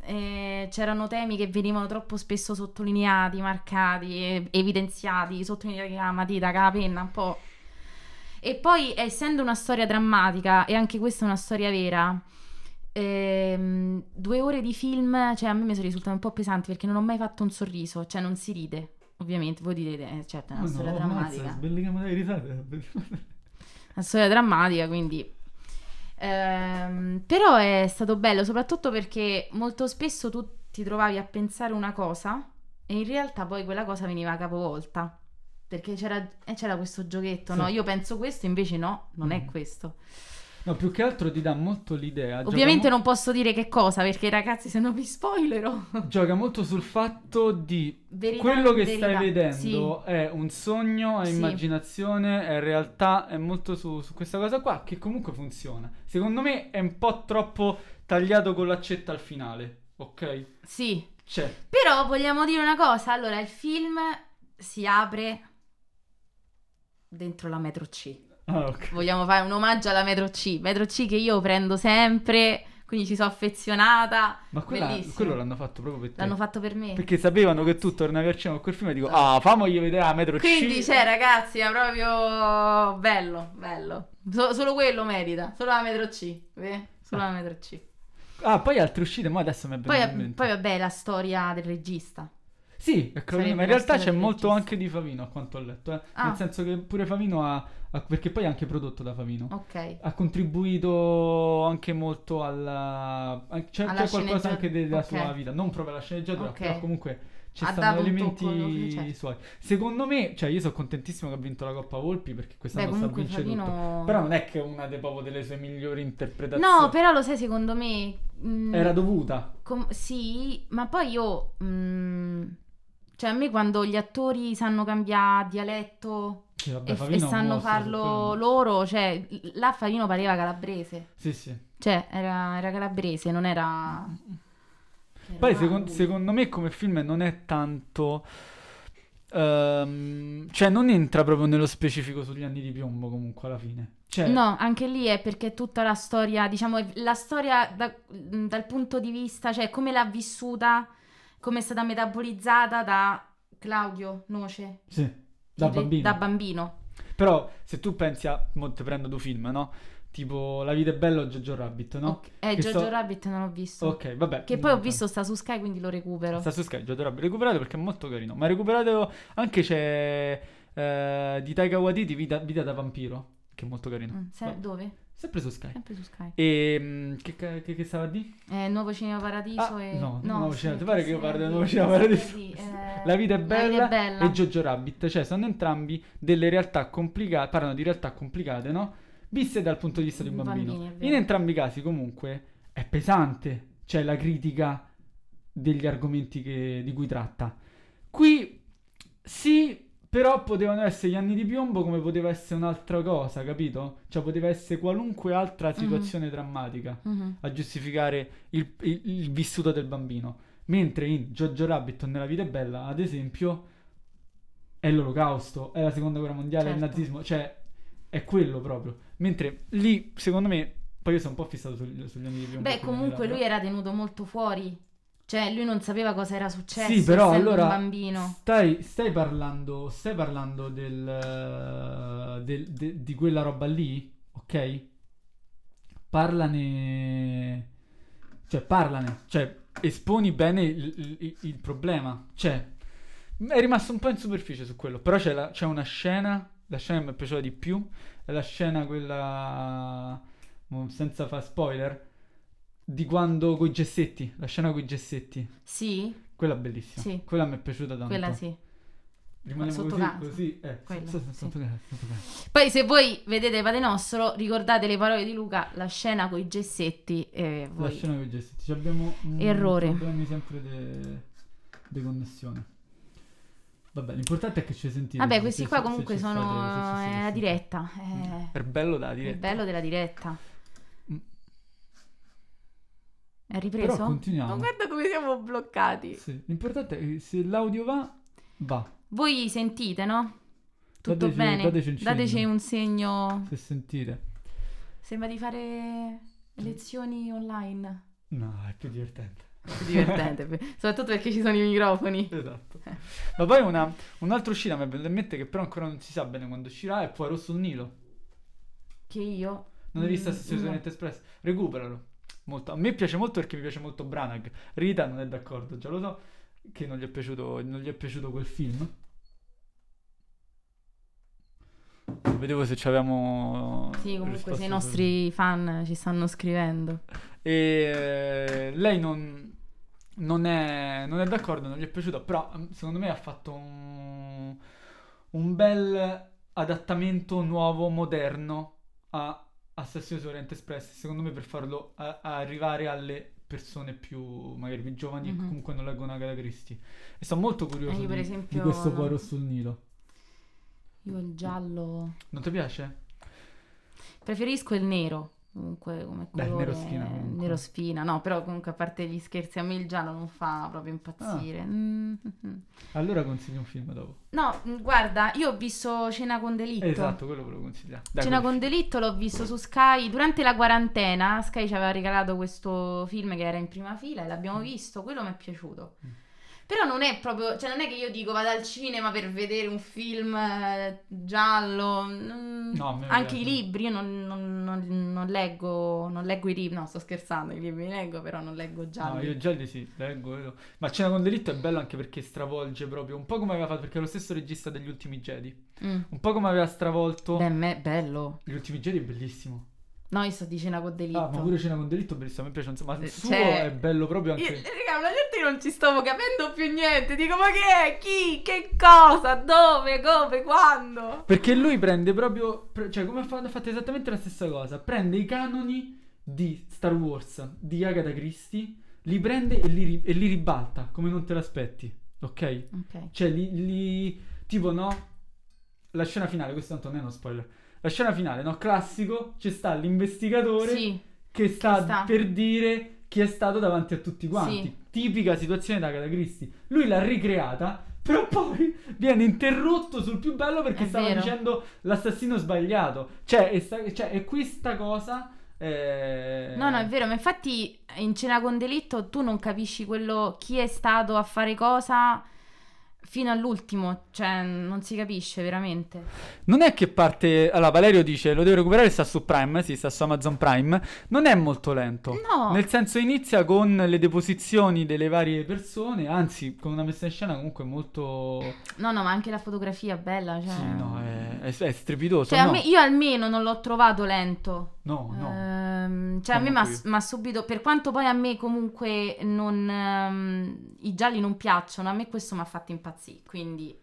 [SPEAKER 1] eh, c'erano temi che venivano troppo spesso sottolineati, marcati, eh, evidenziati, sottolineati con la matita, con la penna, un po'. E poi, essendo una storia drammatica, e anche questa è una storia vera, ehm, due ore di film, cioè a me mi sono risultate un po' pesanti perché non ho mai fatto un sorriso, cioè non si ride, ovviamente, voi direte, eh,
[SPEAKER 2] Ah,
[SPEAKER 1] certo, è una storia drammatica.
[SPEAKER 2] Sbellichiamo dai risate.
[SPEAKER 1] Una storia drammatica, quindi... Ehm, però è stato bello, soprattutto perché molto spesso tu ti trovavi a pensare una cosa e in realtà poi quella cosa veniva capovolta. Perché c'era, eh, c'era questo giochetto,
[SPEAKER 2] Sì.
[SPEAKER 1] no? Io penso questo, invece no, non è
[SPEAKER 2] Mm.
[SPEAKER 1] questo.
[SPEAKER 2] No, più che altro ti dà molto l'idea. gioca
[SPEAKER 1] Ovviamente
[SPEAKER 2] mo-
[SPEAKER 1] non posso dire che cosa, perché ragazzi, se no vi
[SPEAKER 2] [laughs]
[SPEAKER 1] spoilerò.
[SPEAKER 2] Gioca molto sul fatto di
[SPEAKER 1] Verità,
[SPEAKER 2] Quello che
[SPEAKER 1] verità.
[SPEAKER 2] stai
[SPEAKER 1] Sì.
[SPEAKER 2] vedendo è un sogno, è
[SPEAKER 1] Sì.
[SPEAKER 2] immaginazione, è realtà, è molto su, su questa cosa qua che comunque funziona. Secondo me è un po' troppo tagliato con l'accetta al finale, ok?
[SPEAKER 1] sì.
[SPEAKER 2] Cioè,
[SPEAKER 1] Però vogliamo dire una cosa, allora il film si apre dentro la metro C.
[SPEAKER 2] ah, ok.
[SPEAKER 1] Vogliamo fare un omaggio alla metro C, metro C che io prendo sempre, quindi ci sono affezionata,
[SPEAKER 2] ma quella-
[SPEAKER 1] Bellissimo.
[SPEAKER 2] quello l'hanno fatto proprio per te.
[SPEAKER 1] l'hanno fatto per me.
[SPEAKER 2] Perché sapevano che tu tornavi al cinema con quel film e dico, ah, famogli vedere a metro
[SPEAKER 1] Quindi
[SPEAKER 2] C.
[SPEAKER 1] cioè ragazzi, è proprio bello, bello. So- solo quello merita, solo la metro C, eh? solo la metro C.
[SPEAKER 2] Ah, poi altre uscite, ma adesso mi è venuto in
[SPEAKER 1] Poi,
[SPEAKER 2] mente.
[SPEAKER 1] poi vabbè la storia del regista.
[SPEAKER 2] Sì, è Clavino, ma
[SPEAKER 1] Sarebbe
[SPEAKER 2] in
[SPEAKER 1] la
[SPEAKER 2] realtà
[SPEAKER 1] storia
[SPEAKER 2] c'è
[SPEAKER 1] del
[SPEAKER 2] molto
[SPEAKER 1] regista.
[SPEAKER 2] anche di Favino, a quanto ho letto. eh.
[SPEAKER 1] Ah.
[SPEAKER 2] Nel senso che pure Favino ha, ha- perché poi è anche prodotto da Favino.
[SPEAKER 1] Ok.
[SPEAKER 2] Ha contribuito anche molto alla. an- C'è,
[SPEAKER 1] Alla
[SPEAKER 2] c'è qualcosa
[SPEAKER 1] sceneggiatura-
[SPEAKER 2] anche della
[SPEAKER 1] ok.
[SPEAKER 2] sua vita, non proprio alla sceneggiatura,
[SPEAKER 1] Ok.
[SPEAKER 2] però comunque ci
[SPEAKER 1] Ha
[SPEAKER 2] stanno
[SPEAKER 1] dato un
[SPEAKER 2] elementi
[SPEAKER 1] tocco, certo.
[SPEAKER 2] suoi. Secondo me, cioè, io sono contentissimo che ha vinto la Coppa Volpi perché
[SPEAKER 1] Beh,
[SPEAKER 2] quest'anno sta
[SPEAKER 1] comunque
[SPEAKER 2] vincendo tutto.
[SPEAKER 1] Fabino...
[SPEAKER 2] Però non è che è una de- proprio delle sue migliori interpretazioni.
[SPEAKER 1] No, però lo sai, secondo me. mm,
[SPEAKER 2] Era dovuta.
[SPEAKER 1] com- sì, ma poi io. mm, cioè, a me quando gli attori sanno cambiare dialetto
[SPEAKER 2] Sì, vabbè,
[SPEAKER 1] e,
[SPEAKER 2] Favino
[SPEAKER 1] e
[SPEAKER 2] è un
[SPEAKER 1] sanno
[SPEAKER 2] mostro su
[SPEAKER 1] farlo
[SPEAKER 2] quello.
[SPEAKER 1] loro, cioè, l- là Favino pareva calabrese.
[SPEAKER 2] Sì, sì.
[SPEAKER 1] Cioè, era, era calabrese, non era. era
[SPEAKER 2] Poi
[SPEAKER 1] una-
[SPEAKER 2] secon- secondo me come film non è tanto... ehm, cioè non entra proprio nello specifico sugli anni di piombo comunque alla fine. Cioè,
[SPEAKER 1] No, anche lì è perché è tutta la storia, diciamo, è la storia da- mh, dal punto di vista, cioè come l'ha vissuta, come è stata metabolizzata da Claudio Noce,
[SPEAKER 2] sì, da
[SPEAKER 1] il re-
[SPEAKER 2] bambino.
[SPEAKER 1] Da bambino.
[SPEAKER 2] Però se tu pensi a... Mo te prendo due film, no? Tipo La vita è bella o Jojo Rabbit, no?
[SPEAKER 1] Ok. Eh,
[SPEAKER 2] Che
[SPEAKER 1] Jojo
[SPEAKER 2] sto-
[SPEAKER 1] Rabbit non l'ho visto.
[SPEAKER 2] Ok, vabbè.
[SPEAKER 1] Che poi ho visto sta su Sky, quindi lo recupero.
[SPEAKER 2] Sta su Sky, Jojo Rabbit. Recuperate perché è molto carino. Ma recuperate anche c'è... eh, di Taika Waititi, vita, Vita da vampiro. Che è molto carino.
[SPEAKER 1] Mm, se-
[SPEAKER 2] Vabbè,
[SPEAKER 1] Dove?
[SPEAKER 2] Sempre su Sky.
[SPEAKER 1] Sempre su Sky.
[SPEAKER 2] E mm, che, ca- che, che stava a dire?
[SPEAKER 1] Eh, Nuovo Cinema Paradiso
[SPEAKER 2] Ah,
[SPEAKER 1] e...
[SPEAKER 2] no, Nuovo Cinema- ti pare che io parli del
[SPEAKER 1] di-
[SPEAKER 2] Nuovo Cinema
[SPEAKER 1] sì,
[SPEAKER 2] Paradiso?
[SPEAKER 1] di- eh,
[SPEAKER 2] La vita è bella,
[SPEAKER 1] è bella.
[SPEAKER 2] e Jojo Rabbit, cioè sono entrambi delle realtà complicate, parlano di realtà complicate, no? Viste dal punto di vista di un
[SPEAKER 1] Bambini,
[SPEAKER 2] bambino.
[SPEAKER 1] è vero.
[SPEAKER 2] In entrambi i casi comunque è pesante, c'è la critica degli argomenti che- di cui tratta. Qui sì, però potevano essere gli anni di piombo come poteva essere un'altra cosa, capito? Cioè poteva essere qualunque
[SPEAKER 1] Mm-hmm.
[SPEAKER 2] altra situazione drammatica
[SPEAKER 1] Mhm.
[SPEAKER 2] a giustificare il, il- il vissuto del bambino. Mentre in Jojo Rabbit o Nella vita è bella, ad esempio, è l'olocausto, è la seconda guerra mondiale, è il
[SPEAKER 1] Certo.
[SPEAKER 2] nazismo, cioè è quello proprio. Mentre lì, secondo me, poi io sono un po' fissato sul- sugli anni di piombo.
[SPEAKER 1] Beh, comunque lui
[SPEAKER 2] è
[SPEAKER 1] era tenuto molto fuori. Cioè, lui non sapeva cosa era successo
[SPEAKER 2] Sì, però
[SPEAKER 1] essendo
[SPEAKER 2] allora
[SPEAKER 1] un bambino.
[SPEAKER 2] Stai, stai parlando, stai parlando del, eh, del- de- di quella roba lì, ok? Parlane, cioè parlane, cioè esponi bene il, il- il problema, cioè è rimasto un po' in superficie su quello, però c'è, la- c'è una scena, la scena che mi è piaciuta di più, è la scena quella, mo, senza fare spoiler, di quando coi gessetti, la scena coi gessetti,
[SPEAKER 1] Sì,
[SPEAKER 2] quella bellissima,
[SPEAKER 1] Sì.
[SPEAKER 2] quella mi è piaciuta tanto.
[SPEAKER 1] quella sì.
[SPEAKER 2] Rimaniamo
[SPEAKER 1] Sotto
[SPEAKER 2] così,
[SPEAKER 1] casa.
[SPEAKER 2] così, eh,
[SPEAKER 1] Quello,
[SPEAKER 2] so- so-
[SPEAKER 1] sì.
[SPEAKER 2] sotto casa, sotto casa.
[SPEAKER 1] Poi se voi vedete Patenostro, ricordate le parole di Luca, la scena con i gessetti e
[SPEAKER 2] La
[SPEAKER 1] voi...
[SPEAKER 2] scena con i gessetti. Ci abbiamo mm,
[SPEAKER 1] Errore.
[SPEAKER 2] problemi sempre de, de connessione. Vabbè, l'importante è che ci sentite.
[SPEAKER 1] Vabbè,
[SPEAKER 2] se-
[SPEAKER 1] questi
[SPEAKER 2] se-
[SPEAKER 1] qua
[SPEAKER 2] se-
[SPEAKER 1] comunque
[SPEAKER 2] se ci state,
[SPEAKER 1] sono
[SPEAKER 2] se ci siete
[SPEAKER 1] è la
[SPEAKER 2] sentite.
[SPEAKER 1] diretta. eh,
[SPEAKER 2] È bello da
[SPEAKER 1] il
[SPEAKER 2] Mm. diretta.
[SPEAKER 1] bello della diretta.
[SPEAKER 2] Mm.
[SPEAKER 1] È ripreso?
[SPEAKER 2] Però continuiamo.
[SPEAKER 1] Ma guarda come siamo bloccati.
[SPEAKER 2] Sì, L'importante è che se l'audio va, va.
[SPEAKER 1] Voi sentite, no? Tutto
[SPEAKER 2] Dateci-
[SPEAKER 1] bene?
[SPEAKER 2] dateci un segno.
[SPEAKER 1] un segno.
[SPEAKER 2] Se sentire.
[SPEAKER 1] Sembra di fare lezioni online.
[SPEAKER 2] No, è più divertente. [laughs]
[SPEAKER 1] Divertente, per- soprattutto perché ci sono i microfoni.
[SPEAKER 2] Esatto. Ma poi una, un'altra uscita mi è venuta in mente che però ancora non si sa bene quando uscirà è Poirot sul Nilo.
[SPEAKER 1] Che io...
[SPEAKER 2] Non hai visto
[SPEAKER 1] Mm,
[SPEAKER 2] Assassino
[SPEAKER 1] no.
[SPEAKER 2] Oriente Express? Recuperalo. Molto. A me piace molto perché mi piace molto Branagh. Rita non è d'accordo, già lo so che non gli è piaciuto, non gli è piaciuto quel film. Vedevo se ci avevamo
[SPEAKER 1] Sì, comunque se
[SPEAKER 2] risposte
[SPEAKER 1] i
[SPEAKER 2] su-
[SPEAKER 1] nostri fan ci stanno scrivendo.
[SPEAKER 2] e eh, lei non, non è, non è d'accordo, non gli è piaciuto, però mm, secondo me ha fatto un, un bel adattamento nuovo, moderno a Assassino su Oriente Express, secondo me per farlo a- a arrivare alle persone più magari più giovani e
[SPEAKER 1] Mhm.
[SPEAKER 2] comunque non leggono Agatha Christie. E sono molto curioso
[SPEAKER 1] Eh, io per
[SPEAKER 2] di-
[SPEAKER 1] esempio
[SPEAKER 2] di questo
[SPEAKER 1] no.
[SPEAKER 2] Poirot sul Nilo.
[SPEAKER 1] Io il giallo...
[SPEAKER 2] Non ti piace?
[SPEAKER 1] Preferisco il nero, comunque come
[SPEAKER 2] Beh, il
[SPEAKER 1] colore.
[SPEAKER 2] nero sfina, comunque.
[SPEAKER 1] nero sfina, no, però comunque a parte gli scherzi, a me il giallo non fa proprio impazzire.
[SPEAKER 2] Ah.
[SPEAKER 1] Mm, mm, mm.
[SPEAKER 2] Allora consiglio un film dopo.
[SPEAKER 1] No, mm, guarda, io ho visto Cena con Delitto.
[SPEAKER 2] Esatto, quello volevo consigliare. Dai,
[SPEAKER 1] Cena
[SPEAKER 2] quel
[SPEAKER 1] con Delitto l'ho visto su Sky durante la quarantena. Sky ci aveva regalato questo film che era in prima fila e l'abbiamo visto. Quello mi è piaciuto.
[SPEAKER 2] Mm.
[SPEAKER 1] Però non è proprio, cioè non è che io dico vado al cinema per vedere un film eh, giallo. mm,
[SPEAKER 2] No, a me
[SPEAKER 1] anche
[SPEAKER 2] piace.
[SPEAKER 1] i libri, io non, non- non- non leggo, non leggo i libri, no sto scherzando, i libri li leggo però non leggo giallo.
[SPEAKER 2] No, io gialli sì, leggo, vedo. Ma Cena con Delitto è bello anche perché stravolge proprio, un po' come aveva fatto, perché è lo stesso regista degli Ultimi Jedi, un po' come aveva stravolto...
[SPEAKER 1] Mm. Beh, me- bello.
[SPEAKER 2] Gli Ultimi Jedi è bellissimo.
[SPEAKER 1] No, io sto di cena con delitto.
[SPEAKER 2] Ah, ma pure Cena con Delitto è bellissimo, a me piace un sacco, ma il
[SPEAKER 1] Cioè-
[SPEAKER 2] suo è bello proprio
[SPEAKER 1] Io,
[SPEAKER 2] anche...
[SPEAKER 1] raga, una certa io non ci stavo capendo più niente. Dico, ma che è? Chi? Che cosa? Dove? Come? Quando?
[SPEAKER 2] Perché lui prende proprio, pre- cioè come ha fa- ha fatto esattamente la stessa cosa, prende i canoni di Star Wars, di Agatha Christie, li prende e li, ri- e li ribalta, come non te l'aspetti, ok?
[SPEAKER 1] Ok.
[SPEAKER 2] Cioè, li, li- Tipo, no? La scena finale, questo tanto non è uno spoiler. La scena finale, no? Classico, ci sta l'investigatore
[SPEAKER 1] Sì,
[SPEAKER 2] che sta,
[SPEAKER 1] che sta.
[SPEAKER 2] per dire chi è stato davanti a tutti quanti.
[SPEAKER 1] Sì.
[SPEAKER 2] Tipica situazione da Agatha Christie. Lui l'ha ricreata, però poi [laughs] viene interrotto sul più bello perché
[SPEAKER 1] È
[SPEAKER 2] stava
[SPEAKER 1] vero.
[SPEAKER 2] dicendo l'assassino sbagliato. Cioè, è, sta- cioè, è questa cosa... eh,
[SPEAKER 1] no, no, è vero. Ma infatti, eh, in cena con delitto tu non capisci quello chi è stato a fare cosa fino all'ultimo. Cioè, non si capisce veramente.
[SPEAKER 2] Non è che parte. Allora, Valerio dice: Lo devo recuperare. Sta su Prime. Sì, sta su Amazon Prime. Non è molto lento.
[SPEAKER 1] No.
[SPEAKER 2] Nel senso, inizia con le deposizioni delle varie persone. Anzi, con una messa in scena comunque molto.
[SPEAKER 1] No, no, ma anche la fotografia è bella. Cioè,
[SPEAKER 2] Sì, no, è, è- è strepitoso.
[SPEAKER 1] Cioè, a
[SPEAKER 2] no.
[SPEAKER 1] me- io almeno non l'ho trovato lento.
[SPEAKER 2] no, no.
[SPEAKER 1] Ehm, cioè, a
[SPEAKER 2] No,
[SPEAKER 1] me
[SPEAKER 2] manco io.
[SPEAKER 1] mi ha subito. Per quanto poi a me comunque non, ehm, i gialli non piacciono, a me questo mi ha fatto impazzire. Quindi,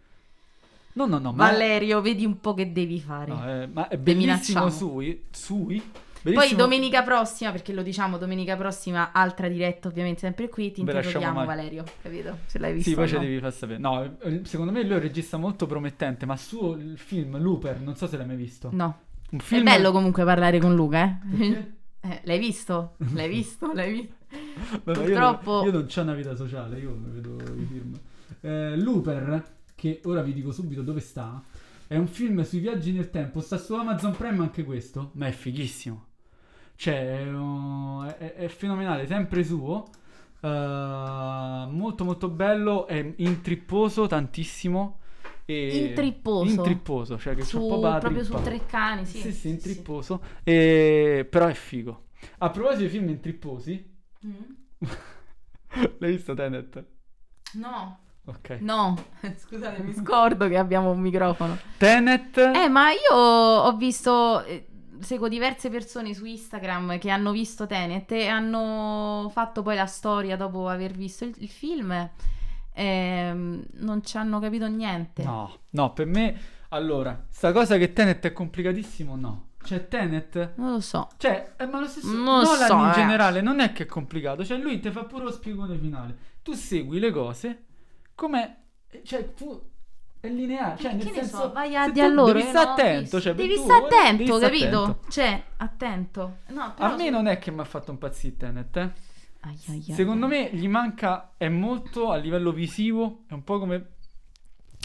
[SPEAKER 2] No, no, no. Ma,
[SPEAKER 1] Valerio, vedi un po' che devi fare.
[SPEAKER 2] no, è, ma è
[SPEAKER 1] minacciamo.
[SPEAKER 2] bellissimo. Sui. Sui.
[SPEAKER 1] poi
[SPEAKER 2] Bellissimo-
[SPEAKER 1] domenica prossima, perché lo diciamo domenica prossima, altra diretta ovviamente sempre qui, ti
[SPEAKER 2] Ve lasciamo
[SPEAKER 1] interroghiamo
[SPEAKER 2] mai.
[SPEAKER 1] Valerio, capito? Se l'hai visto.
[SPEAKER 2] Sì, poi
[SPEAKER 1] o
[SPEAKER 2] ci
[SPEAKER 1] no.
[SPEAKER 2] devi far sapere. No, eh, secondo me lui è un regista molto promettente. Ma suo il film Looper, non so se l'hai mai visto.
[SPEAKER 1] No,
[SPEAKER 2] Un film...
[SPEAKER 1] è bello comunque parlare con Luca, [laughs] eh?
[SPEAKER 2] Perché?
[SPEAKER 1] Eh, l'hai visto? L'hai visto? L'hai visto?
[SPEAKER 2] Vabbè,
[SPEAKER 1] Purtroppo-
[SPEAKER 2] Io non, io non c'ho una vita sociale, io non vedo i film. Eh, Looper, che ora vi dico subito dove sta, è un film sui viaggi nel tempo. Sta su Amazon Prime anche questo. Ma è fighissimo. Cioè, è, oh, è- è fenomenale, sempre suo. Eh, molto molto bello, è intripposo tantissimo. E
[SPEAKER 1] Intripposo?
[SPEAKER 2] Intripposo, cioè che c'è
[SPEAKER 1] Su-
[SPEAKER 2] un po' la
[SPEAKER 1] proprio su
[SPEAKER 2] trippa.
[SPEAKER 1] tre cani, sì.
[SPEAKER 2] Sì, sì, intripposo. E- Però è figo. A proposito di film intripposi,
[SPEAKER 1] Mm?
[SPEAKER 2] l'hai visto Tenet?
[SPEAKER 1] No.
[SPEAKER 2] Ok.
[SPEAKER 1] No, [laughs] scusate, mi scordo che abbiamo un microfono.
[SPEAKER 2] Tenet.
[SPEAKER 1] Eh, ma io ho visto, eh, seguo diverse persone su Instagram che hanno visto Tenet e hanno fatto poi la storia dopo aver visto il, il film. Ehm, non ci hanno capito niente.
[SPEAKER 2] No, no, per me. Allora, sta cosa che Tenet è complicatissimo, no. Cioè, Tenet.
[SPEAKER 1] Non lo so.
[SPEAKER 2] Cioè, eh, ma lo stesso
[SPEAKER 1] Non lo
[SPEAKER 2] Nolan
[SPEAKER 1] so,
[SPEAKER 2] in
[SPEAKER 1] eh.
[SPEAKER 2] generale non è che è complicato. Cioè, lui ti fa pure lo spiegone finale. Tu segui le cose come. Cioè, fu- è lineare. Cioè,
[SPEAKER 1] Eh,
[SPEAKER 2] nel
[SPEAKER 1] che ne
[SPEAKER 2] senso,
[SPEAKER 1] so, vai
[SPEAKER 2] se
[SPEAKER 1] a
[SPEAKER 2] tu
[SPEAKER 1] di allora.
[SPEAKER 2] Devi
[SPEAKER 1] eh,
[SPEAKER 2] stare
[SPEAKER 1] no, devi-
[SPEAKER 2] attento. Cioè, per
[SPEAKER 1] devi
[SPEAKER 2] due
[SPEAKER 1] stare
[SPEAKER 2] ore
[SPEAKER 1] attento,
[SPEAKER 2] devi stare
[SPEAKER 1] capito?
[SPEAKER 2] attento.
[SPEAKER 1] Cioè, attento. No, però
[SPEAKER 2] A me non è che mi ha fatto impazzire Tenet, eh.
[SPEAKER 1] Ai, ai, ai.
[SPEAKER 2] Secondo me gli manca, è molto a livello visivo, è un po' come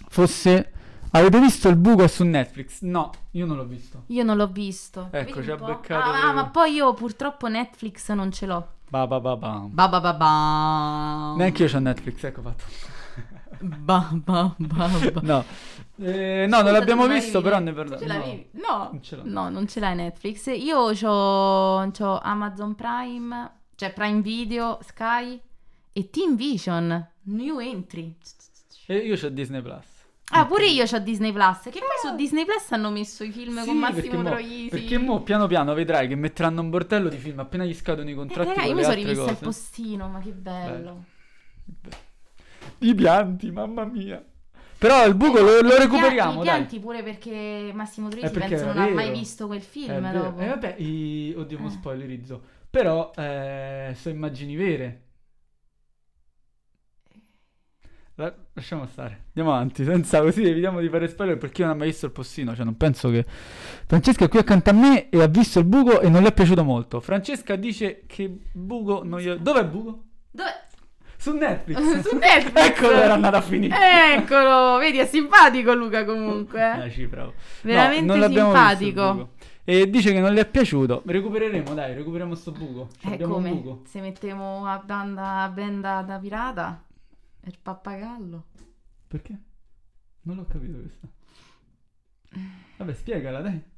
[SPEAKER 2] fosse Avete visto il buco su Netflix? No, io non l'ho visto.
[SPEAKER 1] Io non l'ho visto.
[SPEAKER 2] Ecco,
[SPEAKER 1] Vedi un
[SPEAKER 2] ci ha
[SPEAKER 1] po'?
[SPEAKER 2] beccato
[SPEAKER 1] Ah,
[SPEAKER 2] proprio.
[SPEAKER 1] ma poi io purtroppo Netflix non ce l'ho.
[SPEAKER 2] Ba ba ba ba.
[SPEAKER 1] Ba ba ba ba.
[SPEAKER 2] Neanche io c'ho Netflix, ecco fatto.
[SPEAKER 1] Ba ba ba ba.
[SPEAKER 2] No, Eh, no, non l'abbiamo visto, però ne parliamo.
[SPEAKER 1] Ce l'avevi? No.
[SPEAKER 2] Non ce l'ho.
[SPEAKER 1] No, non ce l'hai Netflix. Io ho Amazon Prime, cioè Prime Video, Sky e Team Vision. New entry.
[SPEAKER 2] E io c'ho Disney Plus.
[SPEAKER 1] Ah, pure io ho Disney Plus. Che poi su Disney Plus hanno messo i film
[SPEAKER 2] Ah. Sì,
[SPEAKER 1] con
[SPEAKER 2] perché
[SPEAKER 1] Massimo
[SPEAKER 2] mo-
[SPEAKER 1] Troisi.
[SPEAKER 2] Perché mo piano piano vedrai che metteranno un bordello di film appena gli scadono i
[SPEAKER 1] Eh,
[SPEAKER 2] contratti
[SPEAKER 1] raga,
[SPEAKER 2] con
[SPEAKER 1] io
[SPEAKER 2] le
[SPEAKER 1] mi sono
[SPEAKER 2] altre
[SPEAKER 1] rivista il
[SPEAKER 2] cose.
[SPEAKER 1] postino, ma che bello.
[SPEAKER 2] Bello. I pianti, mamma mia. Però il buco lo, lo
[SPEAKER 1] Eh,
[SPEAKER 2] recuperiamo,
[SPEAKER 1] i
[SPEAKER 2] dai.
[SPEAKER 1] pianti pure perché Massimo Troisi
[SPEAKER 2] Eh, perché
[SPEAKER 1] penso
[SPEAKER 2] era
[SPEAKER 1] non ha mai
[SPEAKER 2] vero.
[SPEAKER 1] visto quel
[SPEAKER 2] È
[SPEAKER 1] film
[SPEAKER 2] vero.
[SPEAKER 1] dopo.
[SPEAKER 2] Eh, vabbè, i- oddio, mo
[SPEAKER 1] Eh.
[SPEAKER 2] spoilerizzo. Però eh, sono immagini vere. La- lasciamo stare. Andiamo avanti, [laughs] senza così evitiamo di fare spoiler perché io non ho mai visto il possino, cioè non penso che Francesca è qui accanto a me e ha visto il buco e non le è piaciuto molto. Francesca dice che buco non gli... Dov'è il buco? [laughs]
[SPEAKER 1] Dove-
[SPEAKER 2] Su Netflix.
[SPEAKER 1] [laughs] Su
[SPEAKER 2] [laughs]
[SPEAKER 1] Netflix.
[SPEAKER 2] Eccolo, Ecco
[SPEAKER 1] [laughs]
[SPEAKER 2] era andata a finire.
[SPEAKER 1] Eh. Eccolo, vedi, è simpatico Luca comunque. eh.
[SPEAKER 2] Dai, ci provo.
[SPEAKER 1] Veramente
[SPEAKER 2] No, non l'abbiamo visto il
[SPEAKER 1] simpatico.
[SPEAKER 2] buco. E dice che non le è piaciuto. Recupereremo, dai, recuperiamo sto buco. Ci
[SPEAKER 1] Eh,
[SPEAKER 2] abbiamo un
[SPEAKER 1] come?
[SPEAKER 2] buco.
[SPEAKER 1] Se mettiamo a banda, a benda da pirata e il pappagallo.
[SPEAKER 2] Perché? Non l'ho capito questa. Vabbè, spiegala, dai.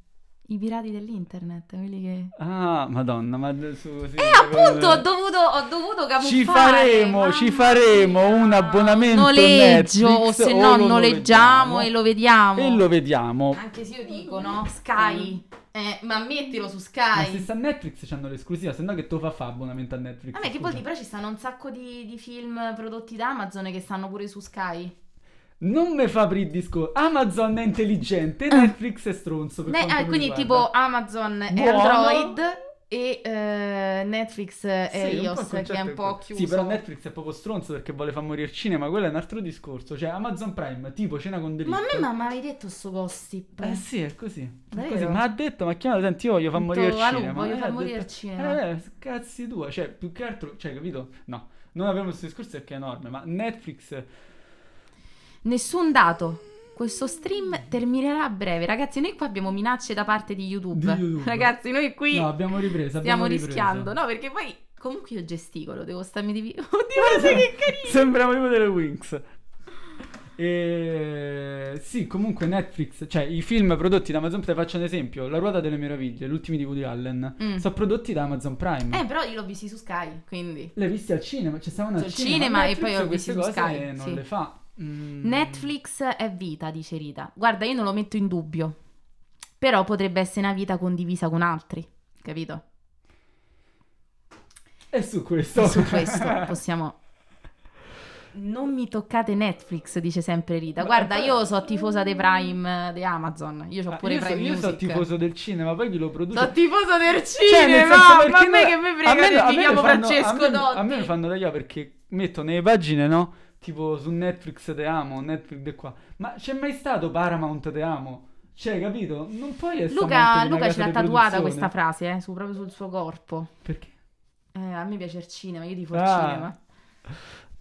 [SPEAKER 1] I pirati dell'internet, quelli che...
[SPEAKER 2] Ah, madonna, ma d- su così.
[SPEAKER 1] Eh, appunto, ho dovuto, ho dovuto camuffare.
[SPEAKER 2] Ci faremo,
[SPEAKER 1] mamma
[SPEAKER 2] ci faremo
[SPEAKER 1] mia.
[SPEAKER 2] un abbonamento
[SPEAKER 1] Noleggio, o
[SPEAKER 2] Netflix
[SPEAKER 1] se
[SPEAKER 2] o
[SPEAKER 1] no
[SPEAKER 2] lo
[SPEAKER 1] noleggiamo
[SPEAKER 2] noleggiamo.
[SPEAKER 1] e lo vediamo.
[SPEAKER 2] E lo vediamo.
[SPEAKER 1] Anche se io dico, no? Mm, Sky. Eh, ma mettilo su
[SPEAKER 2] Ma
[SPEAKER 1] Sky.
[SPEAKER 2] se sta Netflix c'hanno l'esclusiva, se no che tu fa fa abbonamento a Netflix.
[SPEAKER 1] Vabbè, che
[SPEAKER 2] scusa.
[SPEAKER 1] poi lì però ci stanno un sacco di, di film prodotti da Amazon che stanno pure su Sky.
[SPEAKER 2] Non mi fa aprire il discorso. Amazon è intelligente, Netflix è stronzo. Per
[SPEAKER 1] Ah. Ne-
[SPEAKER 2] quanto
[SPEAKER 1] ah,
[SPEAKER 2] mi
[SPEAKER 1] quindi
[SPEAKER 2] riguarda.
[SPEAKER 1] tipo Amazon è
[SPEAKER 2] Buono.
[SPEAKER 1] Android e eh, Netflix è
[SPEAKER 2] Sì, un po' il
[SPEAKER 1] iOS che è
[SPEAKER 2] concetto
[SPEAKER 1] un po'
[SPEAKER 2] quello.
[SPEAKER 1] chiuso.
[SPEAKER 2] Sì, però Netflix è proprio stronzo perché vuole far morire il cinema, quello è un altro discorso. Cioè, Amazon Prime, tipo cena con delitto.
[SPEAKER 1] Ma a me mamma avevi detto sto gossip.
[SPEAKER 2] Eh sì, è così. È
[SPEAKER 1] Davvero?
[SPEAKER 2] così. Ma ha detto, ma chiamato, senti, io voglio far
[SPEAKER 1] Ho
[SPEAKER 2] morire il
[SPEAKER 1] detto, "Alù,
[SPEAKER 2] cinema.
[SPEAKER 1] voglio
[SPEAKER 2] Eh,
[SPEAKER 1] far
[SPEAKER 2] ha
[SPEAKER 1] morire
[SPEAKER 2] detto,
[SPEAKER 1] il cinema.
[SPEAKER 2] Eh, cazzi tua. Cioè, più che altro, cioè, capito? No, non avremo questo discorso perché è enorme, ma Netflix...
[SPEAKER 1] Nessun dato. Questo stream terminerà a breve. Ragazzi, noi qua abbiamo minacce da parte di YouTube.
[SPEAKER 2] Di YouTube.
[SPEAKER 1] Ragazzi, noi qui
[SPEAKER 2] No, abbiamo ripreso,
[SPEAKER 1] stiamo
[SPEAKER 2] abbiamo ripreso.
[SPEAKER 1] rischiando. No, perché poi comunque io gesticolo, devo starmi
[SPEAKER 2] [laughs]
[SPEAKER 1] di... [laughs] Oddio, guarda che carino!
[SPEAKER 2] Sembrava uno delle Wings. E... Sì, comunque Netflix, cioè i film prodotti da Amazon Prime, faccio un esempio, La ruota delle meraviglie, l'ultimo di Woody Allen,
[SPEAKER 1] Mm.
[SPEAKER 2] sono prodotti da Amazon Prime.
[SPEAKER 1] Eh, però io l'ho visti su Sky, quindi...
[SPEAKER 2] Le hai viste al cinema, cioè stavano al
[SPEAKER 1] Sul
[SPEAKER 2] cinema,
[SPEAKER 1] cinema e
[SPEAKER 2] Netflix
[SPEAKER 1] poi ho visto
[SPEAKER 2] queste
[SPEAKER 1] su
[SPEAKER 2] cose
[SPEAKER 1] Sky,
[SPEAKER 2] non
[SPEAKER 1] sì.
[SPEAKER 2] le fa. Mm.
[SPEAKER 1] Netflix è vita, dice Rita. Guarda, io non lo metto in dubbio. Però potrebbe essere una vita condivisa con altri, capito?
[SPEAKER 2] E su questo.
[SPEAKER 1] E su
[SPEAKER 2] [laughs]
[SPEAKER 1] questo possiamo... Non mi toccate Netflix, dice sempre Rita.
[SPEAKER 2] Ma-
[SPEAKER 1] Guarda, io so tifosa dei Prime, eh, di Amazon. Io ho
[SPEAKER 2] Ah,
[SPEAKER 1] pure
[SPEAKER 2] io, so-
[SPEAKER 1] Prime
[SPEAKER 2] io
[SPEAKER 1] Music.
[SPEAKER 2] sono tifoso del cinema, poi chi lo produce?
[SPEAKER 1] Sono tifosa del
[SPEAKER 2] Cioè, nel senso,
[SPEAKER 1] cinema, ma a
[SPEAKER 2] perché
[SPEAKER 1] me
[SPEAKER 2] no-
[SPEAKER 1] che mi
[SPEAKER 2] a
[SPEAKER 1] frega
[SPEAKER 2] me- a
[SPEAKER 1] se
[SPEAKER 2] me
[SPEAKER 1] mi
[SPEAKER 2] le
[SPEAKER 1] chiamo
[SPEAKER 2] fanno-
[SPEAKER 1] Francesco
[SPEAKER 2] a me, a me
[SPEAKER 1] Dotti.
[SPEAKER 2] mi fanno tagliare perché metto nelle pagine, no? Tipo su Netflix te amo, Netflix de qua. Ma c'è mai stato Paramount te amo? Cioè, capito? Non puoi essere
[SPEAKER 1] Luca,
[SPEAKER 2] amante di una
[SPEAKER 1] Luca ce
[SPEAKER 2] casa
[SPEAKER 1] l'ha
[SPEAKER 2] di
[SPEAKER 1] tatuata
[SPEAKER 2] produzione.
[SPEAKER 1] questa frase, eh, su- proprio sul suo corpo.
[SPEAKER 2] Perché?
[SPEAKER 1] Eh, a me piace il cinema, io tifo il
[SPEAKER 2] Ah.
[SPEAKER 1] cinema.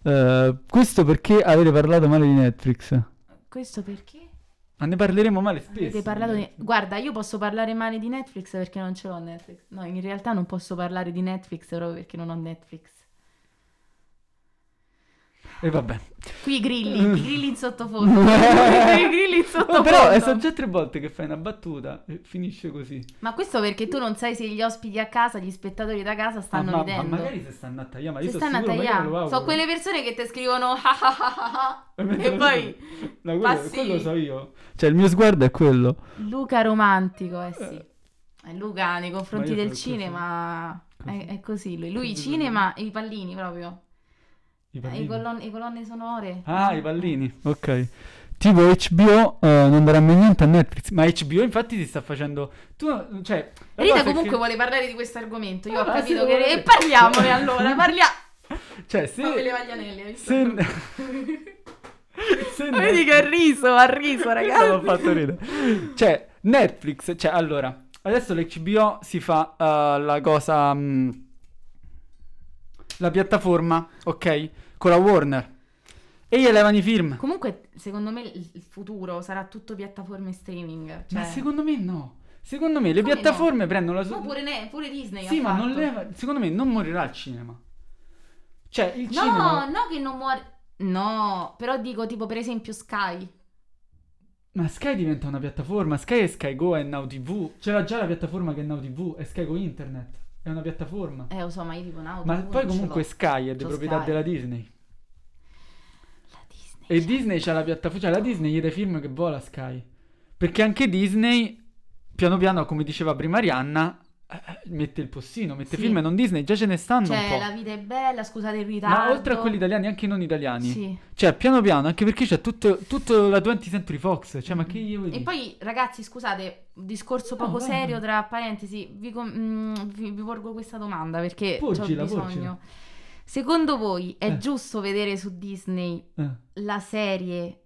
[SPEAKER 2] Eh, questo perché avete parlato male di Netflix?
[SPEAKER 1] Questo perché?
[SPEAKER 2] Ma ne parleremo male spesso.
[SPEAKER 1] Avete parlato di... Guarda, io posso parlare male di Netflix perché non ce l'ho Netflix. No, in realtà non posso parlare di Netflix proprio perché non ho Netflix.
[SPEAKER 2] E vabbè.
[SPEAKER 1] Qui i grilli, i grilli in
[SPEAKER 2] [laughs]
[SPEAKER 1] sottofondo. I grilli in
[SPEAKER 2] Oh,
[SPEAKER 1] sottofondo.
[SPEAKER 2] però eh, sono già tre volte che fai una battuta e finisce così.
[SPEAKER 1] Ma questo perché tu non sai se gli ospiti a casa, gli spettatori da casa stanno
[SPEAKER 2] Ah, ma, ma- ma
[SPEAKER 1] ridendo.
[SPEAKER 2] magari se stanno a tagliare, ma
[SPEAKER 1] Se
[SPEAKER 2] io sono
[SPEAKER 1] stanno a
[SPEAKER 2] sicuro, ma io me lo
[SPEAKER 1] tagliare. So
[SPEAKER 2] auguro.
[SPEAKER 1] quelle persone che ti scrivono [laughs] "Ah, ah,
[SPEAKER 2] [laughs]
[SPEAKER 1] ah, ah, ah",
[SPEAKER 2] mentre
[SPEAKER 1] e
[SPEAKER 2] lo
[SPEAKER 1] poi
[SPEAKER 2] No,
[SPEAKER 1] Ma
[SPEAKER 2] quello,
[SPEAKER 1] sì.
[SPEAKER 2] quello so io. Cioè, il mio sguardo è quello.
[SPEAKER 1] Luca romantico, eh sì. Eh, Luca nei confronti
[SPEAKER 2] Ma io
[SPEAKER 1] del
[SPEAKER 2] sono così.
[SPEAKER 1] cinema
[SPEAKER 2] Così.
[SPEAKER 1] È, è così lui. Lui
[SPEAKER 2] Così
[SPEAKER 1] cinema e i pallini proprio.
[SPEAKER 2] I
[SPEAKER 1] Eh,
[SPEAKER 2] pallini.
[SPEAKER 1] I colon- i colonne sonore.
[SPEAKER 2] Ah, i pallini. Ok. Tipo HBO eh, non darà mai niente a Netflix. Ma HBO infatti si sta facendo. Tu, cioè. la cosa
[SPEAKER 1] Rita
[SPEAKER 2] è
[SPEAKER 1] comunque
[SPEAKER 2] che-
[SPEAKER 1] vuole parlare di questo argomento. Io ho
[SPEAKER 2] Ah,
[SPEAKER 1] capito
[SPEAKER 2] sì,
[SPEAKER 1] che.
[SPEAKER 2] vuole-
[SPEAKER 1] E parliamone allora. Parliamo. [laughs]
[SPEAKER 2] Cioè, se.
[SPEAKER 1] Fammi le vaglianelle. hai visto?
[SPEAKER 2] se...
[SPEAKER 1] [laughs]
[SPEAKER 2] se
[SPEAKER 1] Vedi che ha riso, ha riso,
[SPEAKER 2] Questo
[SPEAKER 1] ragazzi.
[SPEAKER 2] m'ha fatto ridere. Cioè, Netflix, cioè, allora, adesso l'HBO si fa eh, la cosa... mm, mh, la piattaforma, ok? Con la Warner. E gli elevano i film.
[SPEAKER 1] Comunque, secondo me il il futuro sarà tutto piattaforme streaming. Cioè...
[SPEAKER 2] Ma secondo me no. Secondo me le
[SPEAKER 1] Come no?
[SPEAKER 2] piattaforme prendono la
[SPEAKER 1] Mo
[SPEAKER 2] sua...
[SPEAKER 1] pure, ne- pure Disney.
[SPEAKER 2] Sì,
[SPEAKER 1] ha
[SPEAKER 2] ma non
[SPEAKER 1] fatto.
[SPEAKER 2] leva... secondo me non morirà il cinema. Cioè, il
[SPEAKER 1] No,
[SPEAKER 2] cinema...
[SPEAKER 1] no, che non muore. No, però dico tipo per esempio Sky.
[SPEAKER 2] Ma Sky diventa una piattaforma. Sky è Sky Go, è Now TV. C'era già la piattaforma che è Now TV, è Sky Go Internet. È una piattaforma.
[SPEAKER 1] Eh, lo so, ma io tipo no.
[SPEAKER 2] Ma
[SPEAKER 1] tu
[SPEAKER 2] poi
[SPEAKER 1] non ce
[SPEAKER 2] comunque
[SPEAKER 1] l'ho.
[SPEAKER 2] Sky è di
[SPEAKER 1] C'ho
[SPEAKER 2] proprietà
[SPEAKER 1] Sky.
[SPEAKER 2] della Disney.
[SPEAKER 1] La Disney.
[SPEAKER 2] E
[SPEAKER 1] cioè.
[SPEAKER 2] Disney c'ha la piattaforma, cioè la Disney gli dà i film che vuole a Sky. Perché anche Disney, piano piano, come diceva prima Arianna, eh, mette il possino, mette
[SPEAKER 1] Sì.
[SPEAKER 2] film non Disney, già ce ne stanno un
[SPEAKER 1] Cioè,
[SPEAKER 2] po'.
[SPEAKER 1] la vita è bella, scusate il ritardo.
[SPEAKER 2] Ma oltre a quelli italiani, anche i non italiani.
[SPEAKER 1] Sì.
[SPEAKER 2] Cioè, piano piano, anche perché c'è tutto, tutto la 20th Century Fox. Cioè, ma che gli vuoi
[SPEAKER 1] Mm. E
[SPEAKER 2] dire?
[SPEAKER 1] poi, ragazzi, scusate, discorso
[SPEAKER 2] No,
[SPEAKER 1] poco
[SPEAKER 2] vai.
[SPEAKER 1] serio tra parentesi, vi, com- mm, vi- vi porgo questa domanda perché
[SPEAKER 2] Porgila,
[SPEAKER 1] ho bisogno.
[SPEAKER 2] porgila.
[SPEAKER 1] Secondo voi è
[SPEAKER 2] Eh.
[SPEAKER 1] giusto vedere su Disney
[SPEAKER 2] Eh.
[SPEAKER 1] la serie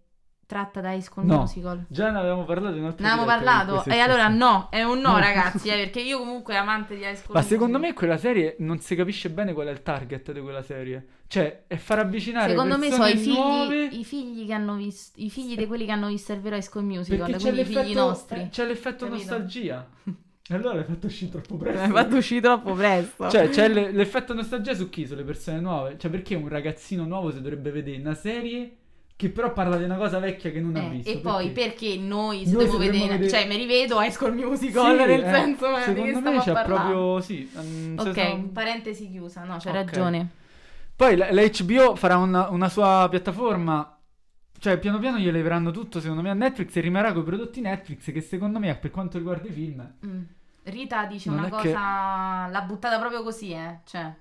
[SPEAKER 1] tratta da High School
[SPEAKER 2] No.
[SPEAKER 1] Musical?
[SPEAKER 2] Già ne avevamo parlato in
[SPEAKER 1] Ne
[SPEAKER 2] un'altra
[SPEAKER 1] avevamo
[SPEAKER 2] diretta di
[SPEAKER 1] parlato.
[SPEAKER 2] queste
[SPEAKER 1] E
[SPEAKER 2] [laughs]
[SPEAKER 1] allora
[SPEAKER 2] stesse-
[SPEAKER 1] no, è un no,
[SPEAKER 2] No.
[SPEAKER 1] ragazzi, eh, perché io comunque amante di High School
[SPEAKER 2] Ma secondo
[SPEAKER 1] Musical.
[SPEAKER 2] me quella serie non si capisce bene qual è il target di quella serie. Cioè, è far avvicinare
[SPEAKER 1] Secondo me sono
[SPEAKER 2] persone
[SPEAKER 1] i figli,
[SPEAKER 2] nuove...
[SPEAKER 1] i figli che hanno visto, i figli di quelli che hanno visto il vero High School Musical,
[SPEAKER 2] Perché c'è
[SPEAKER 1] quindi i
[SPEAKER 2] l'effetto,
[SPEAKER 1] figli nostri.
[SPEAKER 2] eh, c'è l'effetto
[SPEAKER 1] Capito?
[SPEAKER 2] nostalgia.
[SPEAKER 1] [laughs]
[SPEAKER 2] E allora l'hai fatto uscire troppo presto.
[SPEAKER 1] Mi uscire Eh, troppo presto.
[SPEAKER 2] eh,
[SPEAKER 1] Eh,
[SPEAKER 2] Cioè, c'è le- l'effetto nostalgia su chi? Sulle persone nuove. Cioè, perché un ragazzino nuovo si dovrebbe vedere una serie che però parla di una cosa vecchia che non
[SPEAKER 1] Eh,
[SPEAKER 2] ha visto?
[SPEAKER 1] e poi perché noi se
[SPEAKER 2] Noi
[SPEAKER 1] devo
[SPEAKER 2] se dovremmo
[SPEAKER 1] vedere,
[SPEAKER 2] vedere-
[SPEAKER 1] cioè mi rivedo High School Musical
[SPEAKER 2] Sì,
[SPEAKER 1] nel
[SPEAKER 2] eh,
[SPEAKER 1] senso eh, di che
[SPEAKER 2] Secondo
[SPEAKER 1] stiamo
[SPEAKER 2] me c'è
[SPEAKER 1] parlando.
[SPEAKER 2] proprio... Sì. mm, se
[SPEAKER 1] Ok,
[SPEAKER 2] sono-
[SPEAKER 1] parentesi chiusa, no, c'è
[SPEAKER 2] Ok.
[SPEAKER 1] ragione.
[SPEAKER 2] Poi la, la HBO farà una, una sua piattaforma. Cioè, piano piano gli leveranno tutto, secondo me, a Netflix e rimarrà con i prodotti Netflix che secondo me, per quanto riguarda i film...
[SPEAKER 1] Mm. Rita dice
[SPEAKER 2] Non
[SPEAKER 1] una
[SPEAKER 2] è
[SPEAKER 1] cosa,
[SPEAKER 2] che-
[SPEAKER 1] l'ha buttata proprio così, eh, cioè.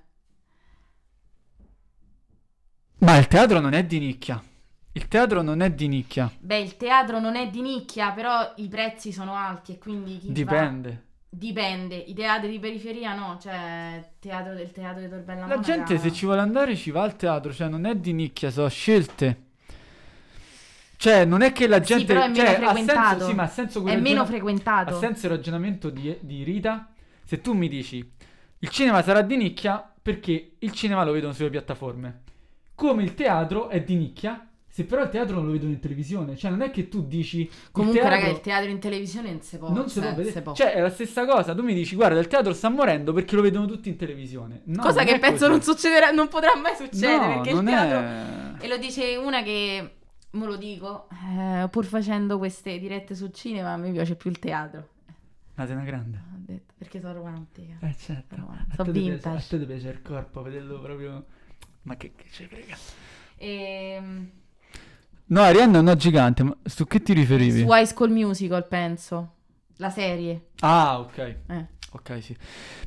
[SPEAKER 2] Ma il teatro non è di nicchia. Il teatro non è di nicchia.
[SPEAKER 1] Beh, il teatro non è di nicchia, però i prezzi sono alti e quindi chi va-
[SPEAKER 2] Dipende.
[SPEAKER 1] Dipende, i teatri di periferia no, cioè teatro del teatro di Torbella
[SPEAKER 2] La gente se ci vuole andare ci va al teatro, cioè non è di nicchia, sono scelte. Cioè, non è che la
[SPEAKER 1] Sì,
[SPEAKER 2] gente...
[SPEAKER 1] però è meno
[SPEAKER 2] cioè, ha senso,
[SPEAKER 1] frequentato.
[SPEAKER 2] sì, ma ha senso quel
[SPEAKER 1] è meno
[SPEAKER 2] ragiona-
[SPEAKER 1] frequentato.
[SPEAKER 2] Ha senso il ragionamento di, di Rita se tu mi dici il cinema sarà di nicchia perché il cinema lo vedono sulle piattaforme. Come il teatro è di nicchia se però il teatro non lo vedono in televisione. Cioè, non è che tu dici... il
[SPEAKER 1] Comunque,
[SPEAKER 2] teatro-
[SPEAKER 1] raga, il teatro in televisione non si può.
[SPEAKER 2] non si può
[SPEAKER 1] eh,
[SPEAKER 2] vedere.
[SPEAKER 1] si può.
[SPEAKER 2] Cioè, è la stessa cosa. Tu mi dici, guarda, il teatro sta morendo perché lo vedono tutti in televisione. No,
[SPEAKER 1] Cosa
[SPEAKER 2] non
[SPEAKER 1] che
[SPEAKER 2] è
[SPEAKER 1] penso
[SPEAKER 2] così.
[SPEAKER 1] non succederà, non potrà mai succedere
[SPEAKER 2] No,
[SPEAKER 1] perché il
[SPEAKER 2] non
[SPEAKER 1] teatro.
[SPEAKER 2] è...
[SPEAKER 1] E lo dice una che, me lo dico, eh, pur facendo queste dirette sul cinema, a me piace più il teatro. Eh,
[SPEAKER 2] Ma sei una grande.
[SPEAKER 1] Ho detto, perché sono romantica.
[SPEAKER 2] Eh, certo.
[SPEAKER 1] Però,
[SPEAKER 2] A
[SPEAKER 1] so
[SPEAKER 2] te ti piace-
[SPEAKER 1] vintage.
[SPEAKER 2] a te ti piace il corpo, vederlo proprio... Ma che, che ci frega? Eh.
[SPEAKER 1] Ehm,
[SPEAKER 2] No, Arianna è una gigante, ma su che ti riferivi?
[SPEAKER 1] su High School Musical, penso. La serie.
[SPEAKER 2] Ah, ok.
[SPEAKER 1] Eh.
[SPEAKER 2] Ok, sì.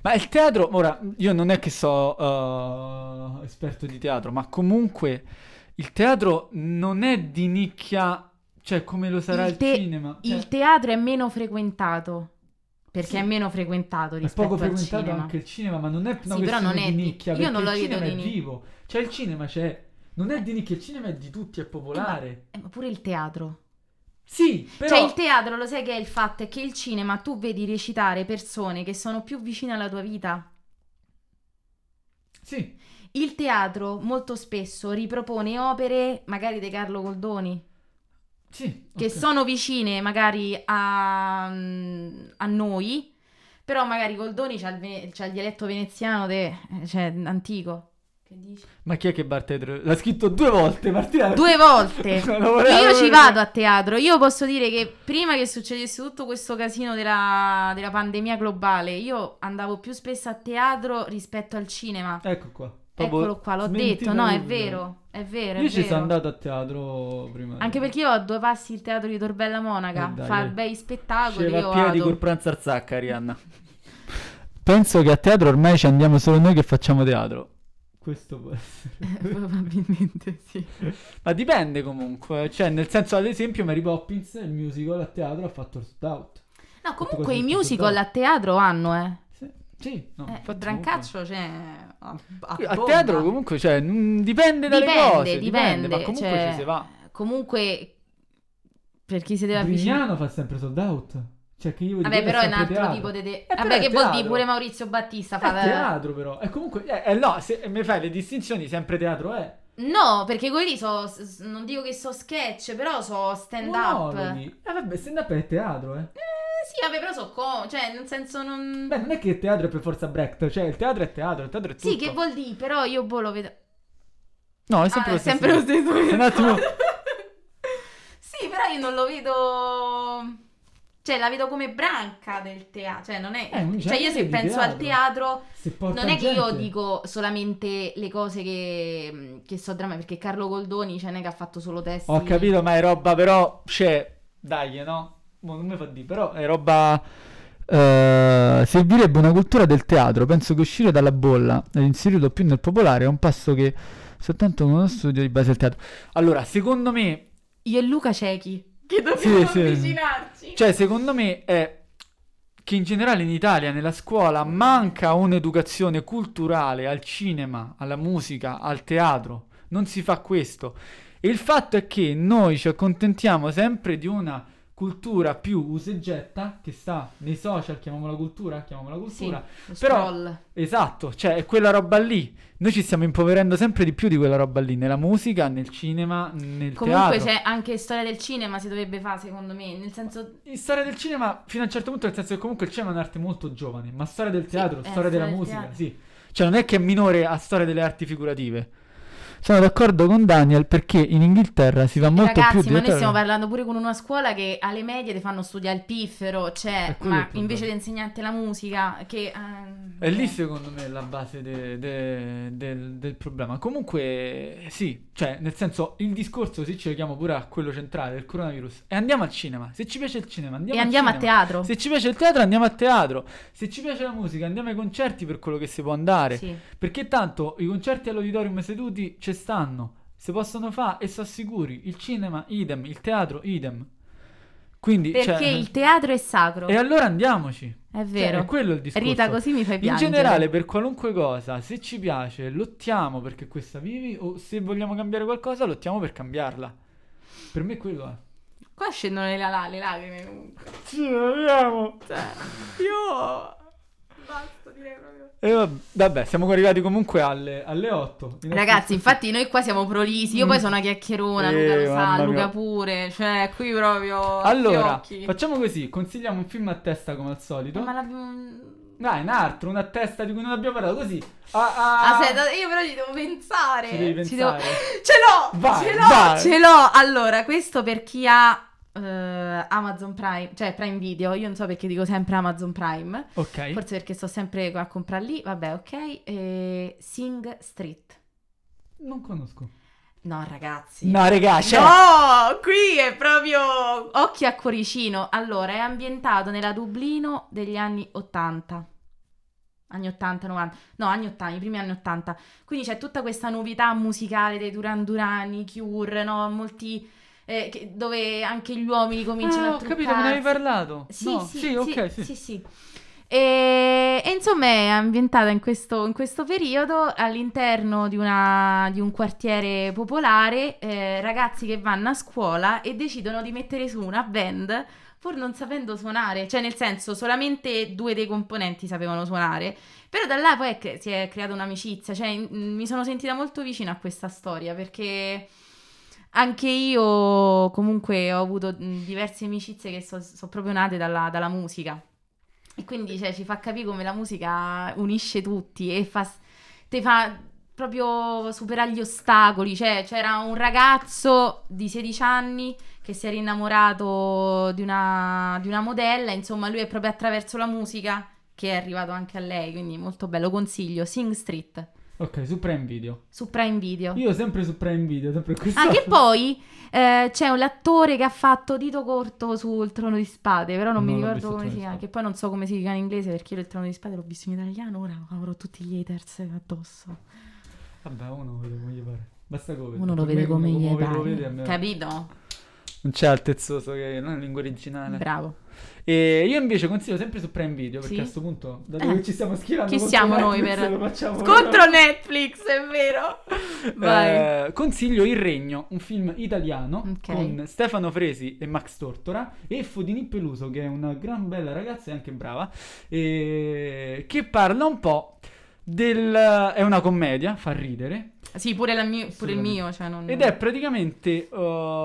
[SPEAKER 2] Ma il teatro, ora, io non è che so eh, esperto di teatro, ma comunque il teatro non è di nicchia, cioè come lo sarà il,
[SPEAKER 1] Il te-
[SPEAKER 2] cinema. Cioè,
[SPEAKER 1] Il teatro è meno frequentato. Perché
[SPEAKER 2] Sì.
[SPEAKER 1] è meno frequentato
[SPEAKER 2] è
[SPEAKER 1] rispetto
[SPEAKER 2] poco
[SPEAKER 1] al
[SPEAKER 2] frequentato
[SPEAKER 1] cinema.
[SPEAKER 2] anche il cinema, ma non è una
[SPEAKER 1] Sì, però
[SPEAKER 2] questione
[SPEAKER 1] non è
[SPEAKER 2] di
[SPEAKER 1] di-
[SPEAKER 2] nicchia,
[SPEAKER 1] io
[SPEAKER 2] perché
[SPEAKER 1] non lo
[SPEAKER 2] il
[SPEAKER 1] vedo
[SPEAKER 2] cinema
[SPEAKER 1] di
[SPEAKER 2] è
[SPEAKER 1] nic-
[SPEAKER 2] vivo. Cioè il cinema c'è, non è di nicchia, il cinema è di tutti, è popolare.
[SPEAKER 1] Eh, ma pure il teatro.
[SPEAKER 2] Sì, però...
[SPEAKER 1] Cioè, il teatro lo sai che è il fatto è che il cinema tu vedi recitare persone che sono più vicine alla tua vita.
[SPEAKER 2] Sì,
[SPEAKER 1] Il teatro molto spesso ripropone opere, magari di Carlo Goldoni,
[SPEAKER 2] sì.
[SPEAKER 1] che
[SPEAKER 2] ok.
[SPEAKER 1] sono vicine magari a, mm, a noi, però magari Goldoni c'ha il, vene- c'ha il dialetto veneziano, de- cioè antico. Che dici?
[SPEAKER 2] Ma chi è che Bartetro? L'ha scritto due volte, Martina.
[SPEAKER 1] Due volte!
[SPEAKER 2] [laughs] Non lo volevo
[SPEAKER 1] Io ci
[SPEAKER 2] vedere.
[SPEAKER 1] vado a teatro, io posso dire che prima che succedesse tutto questo casino della, della pandemia globale, io andavo più spesso a teatro rispetto al cinema.
[SPEAKER 2] Ecco qua. Proprio
[SPEAKER 1] Eccolo qua, l'ho
[SPEAKER 2] smentita
[SPEAKER 1] detto, no, è
[SPEAKER 2] proprio.
[SPEAKER 1] vero, è vero. è
[SPEAKER 2] Io ci
[SPEAKER 1] vero.
[SPEAKER 2] sono andato a teatro prima.
[SPEAKER 1] Anche perché io ho due passi il teatro di Torbella Monaca,
[SPEAKER 2] Eh, dai,
[SPEAKER 1] fa
[SPEAKER 2] eh.
[SPEAKER 1] bei spettacoli,
[SPEAKER 2] Sceva
[SPEAKER 1] io
[SPEAKER 2] a piedi
[SPEAKER 1] vado.
[SPEAKER 2] col pranzo al zacca, Arianna. [laughs] Penso che a teatro ormai ci andiamo solo noi che facciamo teatro. Questo può
[SPEAKER 1] [laughs]
[SPEAKER 2] essere.
[SPEAKER 1] Probabilmente sì.
[SPEAKER 2] Ma dipende comunque. Cioè, nel senso, ad esempio, Mary Poppins, il musical a teatro, ha fatto il sold out.
[SPEAKER 1] No,
[SPEAKER 2] Tutto
[SPEAKER 1] comunque
[SPEAKER 2] così,
[SPEAKER 1] i
[SPEAKER 2] tutto
[SPEAKER 1] musical
[SPEAKER 2] da-
[SPEAKER 1] a teatro hanno, eh.
[SPEAKER 2] Sì, sì no,
[SPEAKER 1] eh
[SPEAKER 2] infatti
[SPEAKER 1] Brancaccio c'è a,
[SPEAKER 2] comunque- A
[SPEAKER 1] bomba.
[SPEAKER 2] teatro comunque, cioè, mm, dipende dalle
[SPEAKER 1] Dipende,
[SPEAKER 2] cose.
[SPEAKER 1] dipende,
[SPEAKER 2] ma comunque
[SPEAKER 1] cioè-
[SPEAKER 2] ci si va.
[SPEAKER 1] Comunque per chi si deve avvicinare
[SPEAKER 2] Brignano fa sempre sold out. Cioè, che io voglio
[SPEAKER 1] Vabbè,
[SPEAKER 2] dire,
[SPEAKER 1] però è un altro
[SPEAKER 2] sempre teatro. Eh,
[SPEAKER 1] tipo di. te-
[SPEAKER 2] però
[SPEAKER 1] Vabbè,
[SPEAKER 2] è
[SPEAKER 1] che vuol
[SPEAKER 2] teatro.
[SPEAKER 1] dire pure Maurizio Battista?
[SPEAKER 2] È
[SPEAKER 1] Fa...
[SPEAKER 2] eh, teatro però, e comunque, eh, eh, no, se mi fai le distinzioni, sempre teatro è.
[SPEAKER 1] No, perché quelli so, s- non dico che so sketch, però so stand up. Eh,
[SPEAKER 2] Monologhi. Eh vabbè, stand up è teatro, eh.
[SPEAKER 1] sì, vabbè, però so co- cioè, nel senso non...
[SPEAKER 2] Beh, non è che il teatro è per forza Brecht, cioè il teatro è teatro, il teatro è tutto.
[SPEAKER 1] sì, che vuol dire, però io boh lo vedo...
[SPEAKER 2] No,
[SPEAKER 1] Ah,
[SPEAKER 2] è sempre
[SPEAKER 1] è
[SPEAKER 2] lo stesso.
[SPEAKER 1] sempre lo stesso.
[SPEAKER 2] [laughs] Un attimo.
[SPEAKER 1] [laughs] sì, però io non lo vedo. Cioè, la vedo come branca del teatro. Cioè, non è.
[SPEAKER 2] È Eh, un
[SPEAKER 1] cioè, io
[SPEAKER 2] genere
[SPEAKER 1] se
[SPEAKER 2] di
[SPEAKER 1] penso al teatro.
[SPEAKER 2] Se porta
[SPEAKER 1] non è che io
[SPEAKER 2] gente.
[SPEAKER 1] dico solamente le cose che, che so dramma, perché Carlo Goldoni, cioè, non è che ha fatto solo testi.
[SPEAKER 2] Ho capito, ma è roba, però, c'è, dai, no? Mo non mi fa dire, però è roba... eh, servirebbe una cultura del teatro. Penso che uscire dalla bolla e inserirlo più nel popolare è un passo che soltanto con uno studio di base al teatro. Allora, secondo me,
[SPEAKER 1] Io e Luca Ciechi, che dobbiamo
[SPEAKER 2] sì.
[SPEAKER 1] avvicinarci.
[SPEAKER 2] Cioè, secondo me è che in generale in Italia, nella scuola, manca un'educazione culturale al cinema, alla musica, al teatro. Non si fa questo. E il fatto è che noi ci accontentiamo sempre di una cultura più useggetta che sta nei social, chiamiamola cultura, chiamiamola
[SPEAKER 1] sì,
[SPEAKER 2] cultura.
[SPEAKER 1] lo
[SPEAKER 2] però-
[SPEAKER 1] scroll.
[SPEAKER 2] Esatto, cioè è quella roba lì. Noi ci stiamo impoverendo sempre di più di quella roba lì, nella musica, nel cinema, nel
[SPEAKER 1] Comunque
[SPEAKER 2] teatro.
[SPEAKER 1] c'è anche storia del cinema si dovrebbe fare, secondo me. Nel senso.
[SPEAKER 2] In storia del cinema, fino a un certo punto, nel senso che comunque il cinema è un'arte molto giovane, ma storia del teatro,
[SPEAKER 1] eh,
[SPEAKER 2] storia della
[SPEAKER 1] storia del
[SPEAKER 2] musica,
[SPEAKER 1] teatro.
[SPEAKER 2] sì. Cioè, non è che è minore a storia delle arti figurative. Sono d'accordo con Daniel perché in Inghilterra si va molto più eh.
[SPEAKER 1] Ragazzi,
[SPEAKER 2] di
[SPEAKER 1] ma noi stiamo parlando pure con una scuola che alle medie ti fanno studiare il piffero,
[SPEAKER 2] Eh,
[SPEAKER 1] cioè,
[SPEAKER 2] quello è il
[SPEAKER 1] ma
[SPEAKER 2] problema.
[SPEAKER 1] invece di insegnarti la musica, che... ehm,
[SPEAKER 2] È lì
[SPEAKER 1] eh.
[SPEAKER 2] secondo me la base de- de- del, del problema. Comunque, sì, cioè, nel senso, il discorso, se ci leghiamo pure a quello centrale, del coronavirus, e andiamo al cinema. Se ci piace il cinema, andiamo
[SPEAKER 1] E andiamo
[SPEAKER 2] al
[SPEAKER 1] a
[SPEAKER 2] cinema.
[SPEAKER 1] teatro.
[SPEAKER 2] Se ci piace il teatro, andiamo a teatro. Se ci piace la musica, andiamo ai concerti per quello che si può andare.
[SPEAKER 1] Sì.
[SPEAKER 2] Perché tanto i concerti all'auditorium seduti ci stanno, si possono fare e sono sicuri. Il cinema, idem, il teatro, idem. Quindi,
[SPEAKER 1] Perché
[SPEAKER 2] cioè,
[SPEAKER 1] il teatro è sacro,
[SPEAKER 2] E allora andiamoci.
[SPEAKER 1] è
[SPEAKER 2] Cioè,
[SPEAKER 1] vero.
[SPEAKER 2] è quello il discorso.
[SPEAKER 1] Rita, così mi fai
[SPEAKER 2] In
[SPEAKER 1] piangere.
[SPEAKER 2] generale, per qualunque cosa, se ci piace, lottiamo perché questa vivi o se vogliamo cambiare qualcosa, lottiamo per cambiarla. Per me quello eh. è.
[SPEAKER 1] Qua scendono le, la- le lacrime comunque. cioè.
[SPEAKER 2] Ci amo.
[SPEAKER 1] Io... Basta, direi proprio.
[SPEAKER 2] E vabb- vabbè, siamo arrivati comunque alle, alle 8.
[SPEAKER 1] Ragazzi, infatti noi qua siamo prolisi. Io poi sono una chiacchierona, Luca
[SPEAKER 2] Eh,
[SPEAKER 1] lo
[SPEAKER 2] mamma
[SPEAKER 1] sa,
[SPEAKER 2] mia.
[SPEAKER 1] Luca pure. Cioè, qui proprio...
[SPEAKER 2] Allora,
[SPEAKER 1] fiocchi.
[SPEAKER 2] facciamo così, consigliamo un film a testa come al solito.
[SPEAKER 1] Eh, Ma la...
[SPEAKER 2] Dai, un altro, una testa di cui non abbiamo parlato, così. Ah, ah,
[SPEAKER 1] Aspetta, io però ci devo pensare.
[SPEAKER 2] Ci devi
[SPEAKER 1] Ci
[SPEAKER 2] pensare.
[SPEAKER 1] Ce l'ho!
[SPEAKER 2] Vai,
[SPEAKER 1] ce l'ho!
[SPEAKER 2] vai.
[SPEAKER 1] Ce l'ho! Allora, questo per chi ha eh, Amazon Prime, cioè Prime Video, io non so perché dico sempre Amazon Prime,
[SPEAKER 2] Ok.
[SPEAKER 1] forse perché sto sempre a comprare lì, vabbè, ok. eh, Sing Street.
[SPEAKER 2] Non conosco.
[SPEAKER 1] No, ragazzi.
[SPEAKER 2] No, cioè, regà, c'è.
[SPEAKER 1] No, qui è proprio occhi a cuoricino. Allora, è ambientato nella Dublino degli anni 80. Anni 80, 90. No, anni 80, i primi anni 80. Quindi c'è tutta questa novità musicale dei Duran Durani, Cure, no? Molti eh, che- dove anche gli uomini cominciano
[SPEAKER 2] Ah,
[SPEAKER 1] a
[SPEAKER 2] ho
[SPEAKER 1] truccarsi.
[SPEAKER 2] capito, me ne avevi parlato.
[SPEAKER 1] Sì,
[SPEAKER 2] No,
[SPEAKER 1] sì,
[SPEAKER 2] ok, sì.
[SPEAKER 1] sì, sì. E, e insomma è ambientata in questo, in questo periodo all'interno di, una- di un quartiere popolare, eh, ragazzi che vanno a scuola e decidono di mettere su una band pur non sapendo suonare, cioè nel senso solamente due dei componenti sapevano suonare, però da là poi è che si è creata un'amicizia, cioè in- mi sono sentita molto vicina a questa storia perché anche io comunque ho avuto mh, diverse amicizie che sono proprio nate dalla, dalla musica e quindi cioè, ci fa capire come la musica unisce tutti e fa, te fa proprio superare gli ostacoli, cioè c'era un ragazzo di 16 anni che si era innamorato di una, di una modella, insomma lui è proprio attraverso la musica che è arrivato anche a lei, quindi molto bello, consiglio, Sing Street
[SPEAKER 2] Ok, su Prime Video.
[SPEAKER 1] su Prime Video.
[SPEAKER 2] Io sempre su Prime Video, sempre questo.
[SPEAKER 1] Ah,
[SPEAKER 2] [laughs]
[SPEAKER 1] che poi eh, c'è un l'attore che ha fatto Dito Corto sul Trono di Spade, però non,
[SPEAKER 2] Non
[SPEAKER 1] mi
[SPEAKER 2] l'ho
[SPEAKER 1] ricordo
[SPEAKER 2] visto il
[SPEAKER 1] come
[SPEAKER 2] Trono
[SPEAKER 1] si
[SPEAKER 2] di
[SPEAKER 1] chiama,
[SPEAKER 2] Spade.
[SPEAKER 1] che poi non so come si chiama in inglese perché io il Trono di Spade l'ho visto in italiano, ora avrò tutti gli haters addosso.
[SPEAKER 2] Vabbè, uno lo vede come gli pare. Basta come.
[SPEAKER 1] Uno lo
[SPEAKER 2] Per
[SPEAKER 1] vede
[SPEAKER 2] me,
[SPEAKER 1] come gli
[SPEAKER 2] uno lo vede, a
[SPEAKER 1] pare.
[SPEAKER 2] me-
[SPEAKER 1] Capito?
[SPEAKER 2] Non c'è altezzoso che non è lingua originale.
[SPEAKER 1] Bravo.
[SPEAKER 2] E io invece consiglio sempre su Prime Video perché
[SPEAKER 1] Sì?
[SPEAKER 2] a questo punto, dato
[SPEAKER 1] Eh.
[SPEAKER 2] che ci stiamo schierando,
[SPEAKER 1] Chi
[SPEAKER 2] contro
[SPEAKER 1] siamo noi
[SPEAKER 2] Netflix,
[SPEAKER 1] per-
[SPEAKER 2] lo facciamo
[SPEAKER 1] Contro Netflix, è vero. Vai.
[SPEAKER 2] Eh, consiglio Il Regno, un film italiano
[SPEAKER 1] Ok.
[SPEAKER 2] con Stefano Fresi e Max Tortora e Fodini Peluso, che è una gran bella ragazza e anche brava, e che parla un po' del... è una commedia, fa ridere.
[SPEAKER 1] Sì, pure, la mio- pure il mio. Cioè non...
[SPEAKER 2] Ed è praticamente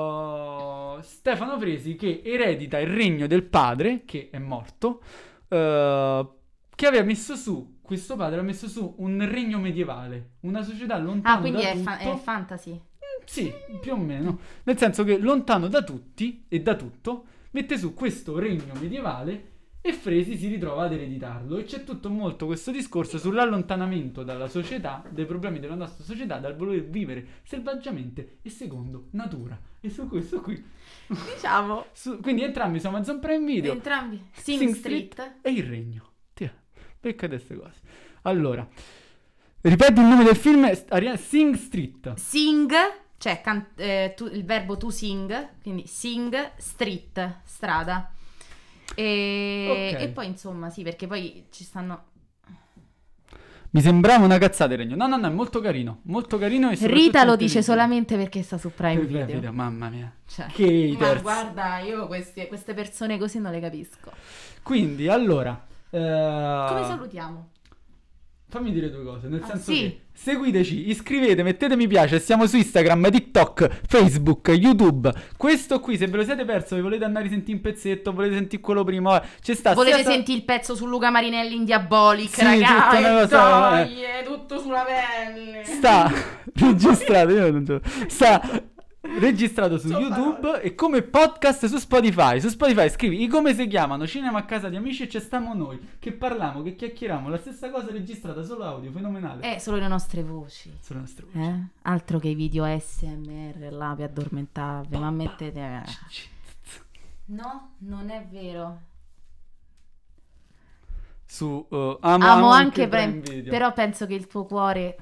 [SPEAKER 2] uh, Stefano Presi che eredita il regno del padre, che è morto, uh, che aveva messo su, questo padre ha messo su un regno medievale, una società lontana
[SPEAKER 1] Ah, quindi
[SPEAKER 2] da
[SPEAKER 1] è,
[SPEAKER 2] tutto.
[SPEAKER 1] fa- è fantasy.
[SPEAKER 2] Sì, più o meno. Nel senso che lontano da tutti e da tutto, mette su questo regno medievale e Fresi si ritrova ad ereditarlo. E c'è tutto molto questo discorso sull'allontanamento dalla società, dai problemi della nostra società, dal voler vivere selvaggiamente e secondo natura. E su questo qui.
[SPEAKER 1] Diciamo.
[SPEAKER 2] su- quindi entrambi su Amazon Prime Video
[SPEAKER 1] Entrambi. Sing,
[SPEAKER 2] Sing
[SPEAKER 1] Street.
[SPEAKER 2] e il regno. Tira, becca queste cose. Allora, ripeto il nome del film, è Ariana- Sing Street.
[SPEAKER 1] Sing, cioè can- eh, tu- il verbo to sing, quindi sing, street, strada. E,
[SPEAKER 2] Ok.
[SPEAKER 1] e poi insomma, sì, perché poi ci stanno...
[SPEAKER 2] Mi sembrava una cazzata il regno. No, no, no, è molto carino. Molto carino. E soprattutto
[SPEAKER 1] Rita lo dice
[SPEAKER 2] intelligente.
[SPEAKER 1] solamente perché sta su Prime
[SPEAKER 2] Per
[SPEAKER 1] Video.
[SPEAKER 2] Video, Mamma mia.
[SPEAKER 1] Cioè,
[SPEAKER 2] Che
[SPEAKER 1] ma
[SPEAKER 2] haters.
[SPEAKER 1] guarda, io queste, queste persone così non le capisco.
[SPEAKER 2] Quindi, allora. eh,
[SPEAKER 1] Come salutiamo?
[SPEAKER 2] Fammi dire due cose. Nel
[SPEAKER 1] Ah,
[SPEAKER 2] senso
[SPEAKER 1] sì.
[SPEAKER 2] che seguiteci, iscrivete, mettete mi piace. Siamo su Instagram, TikTok, Facebook, YouTube. Questo qui, se ve lo siete perso, vi volete andare a sentire un pezzetto, volete sentire quello primo. eh, C'è sta
[SPEAKER 1] Volete
[SPEAKER 2] sia sa-
[SPEAKER 1] sentire il pezzo su Luca Marinelli in Diabolic,
[SPEAKER 2] Sì,
[SPEAKER 1] raga?
[SPEAKER 2] tutta una
[SPEAKER 1] E
[SPEAKER 2] cosa,
[SPEAKER 1] dai, è tutto sulla pelle.
[SPEAKER 2] sta [laughs] registrato io non so, sta registrato su
[SPEAKER 1] So
[SPEAKER 2] YouTube
[SPEAKER 1] parole.
[SPEAKER 2] e come podcast su Spotify su Spotify scrivi i come si chiamano Cinema a casa di amici e ci stiamo noi che parliamo che chiacchieriamo la stessa cosa registrata solo audio fenomenale
[SPEAKER 1] Eh, solo le nostre voci.
[SPEAKER 2] Sulle nostre voci.
[SPEAKER 1] Eh? Altro che i video SMR là vi addormentarvi, ma mettete. eh. No, non è vero.
[SPEAKER 2] su eh, amo,
[SPEAKER 1] Amo
[SPEAKER 2] amo
[SPEAKER 1] anche Prime-
[SPEAKER 2] Video
[SPEAKER 1] però penso che il tuo cuore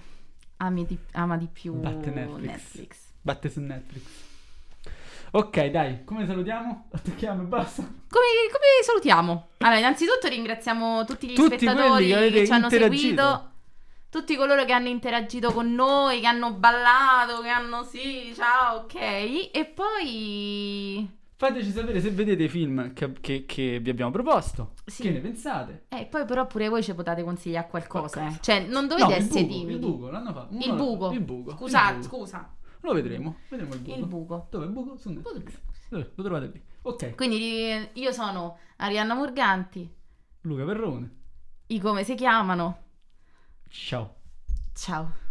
[SPEAKER 1] ami di- ama di più
[SPEAKER 2] Batte
[SPEAKER 1] Netflix.
[SPEAKER 2] Netflix. batte su Netflix ok dai come salutiamo attacchiamo e basta
[SPEAKER 1] Come, come salutiamo? Allora, innanzitutto ringraziamo tutti gli
[SPEAKER 2] Tutti
[SPEAKER 1] spettatori
[SPEAKER 2] quelli che avete
[SPEAKER 1] ci hanno
[SPEAKER 2] interagito.
[SPEAKER 1] seguito. Tutti coloro che hanno interagito con noi, che hanno ballato, che hanno sì, ciao, ok. E poi
[SPEAKER 2] fateci sapere se vedete i film che, che- che vi abbiamo proposto
[SPEAKER 1] Sì.
[SPEAKER 2] che ne pensate
[SPEAKER 1] Eh, poi però pure voi ci potete consigliare qualcosa,
[SPEAKER 2] Qualcosa.
[SPEAKER 1] eh. Cioè, non dovete
[SPEAKER 2] il
[SPEAKER 1] essere
[SPEAKER 2] buco,
[SPEAKER 1] timidi.
[SPEAKER 2] Il buco, l'hanno fatto.
[SPEAKER 1] Il buco.
[SPEAKER 2] Il buco.
[SPEAKER 1] Scusa,
[SPEAKER 2] il buco.
[SPEAKER 1] scusa.
[SPEAKER 2] Lo vedremo. Vedremo il buco.
[SPEAKER 1] Il buco.
[SPEAKER 2] Dove è il buco? Su Netflix. Dove? Lo trovate lì. Ok.
[SPEAKER 1] Quindi eh, io sono Arianna Morganti,
[SPEAKER 2] Luca Perrone.
[SPEAKER 1] i come si chiamano.
[SPEAKER 2] Ciao.
[SPEAKER 1] Ciao.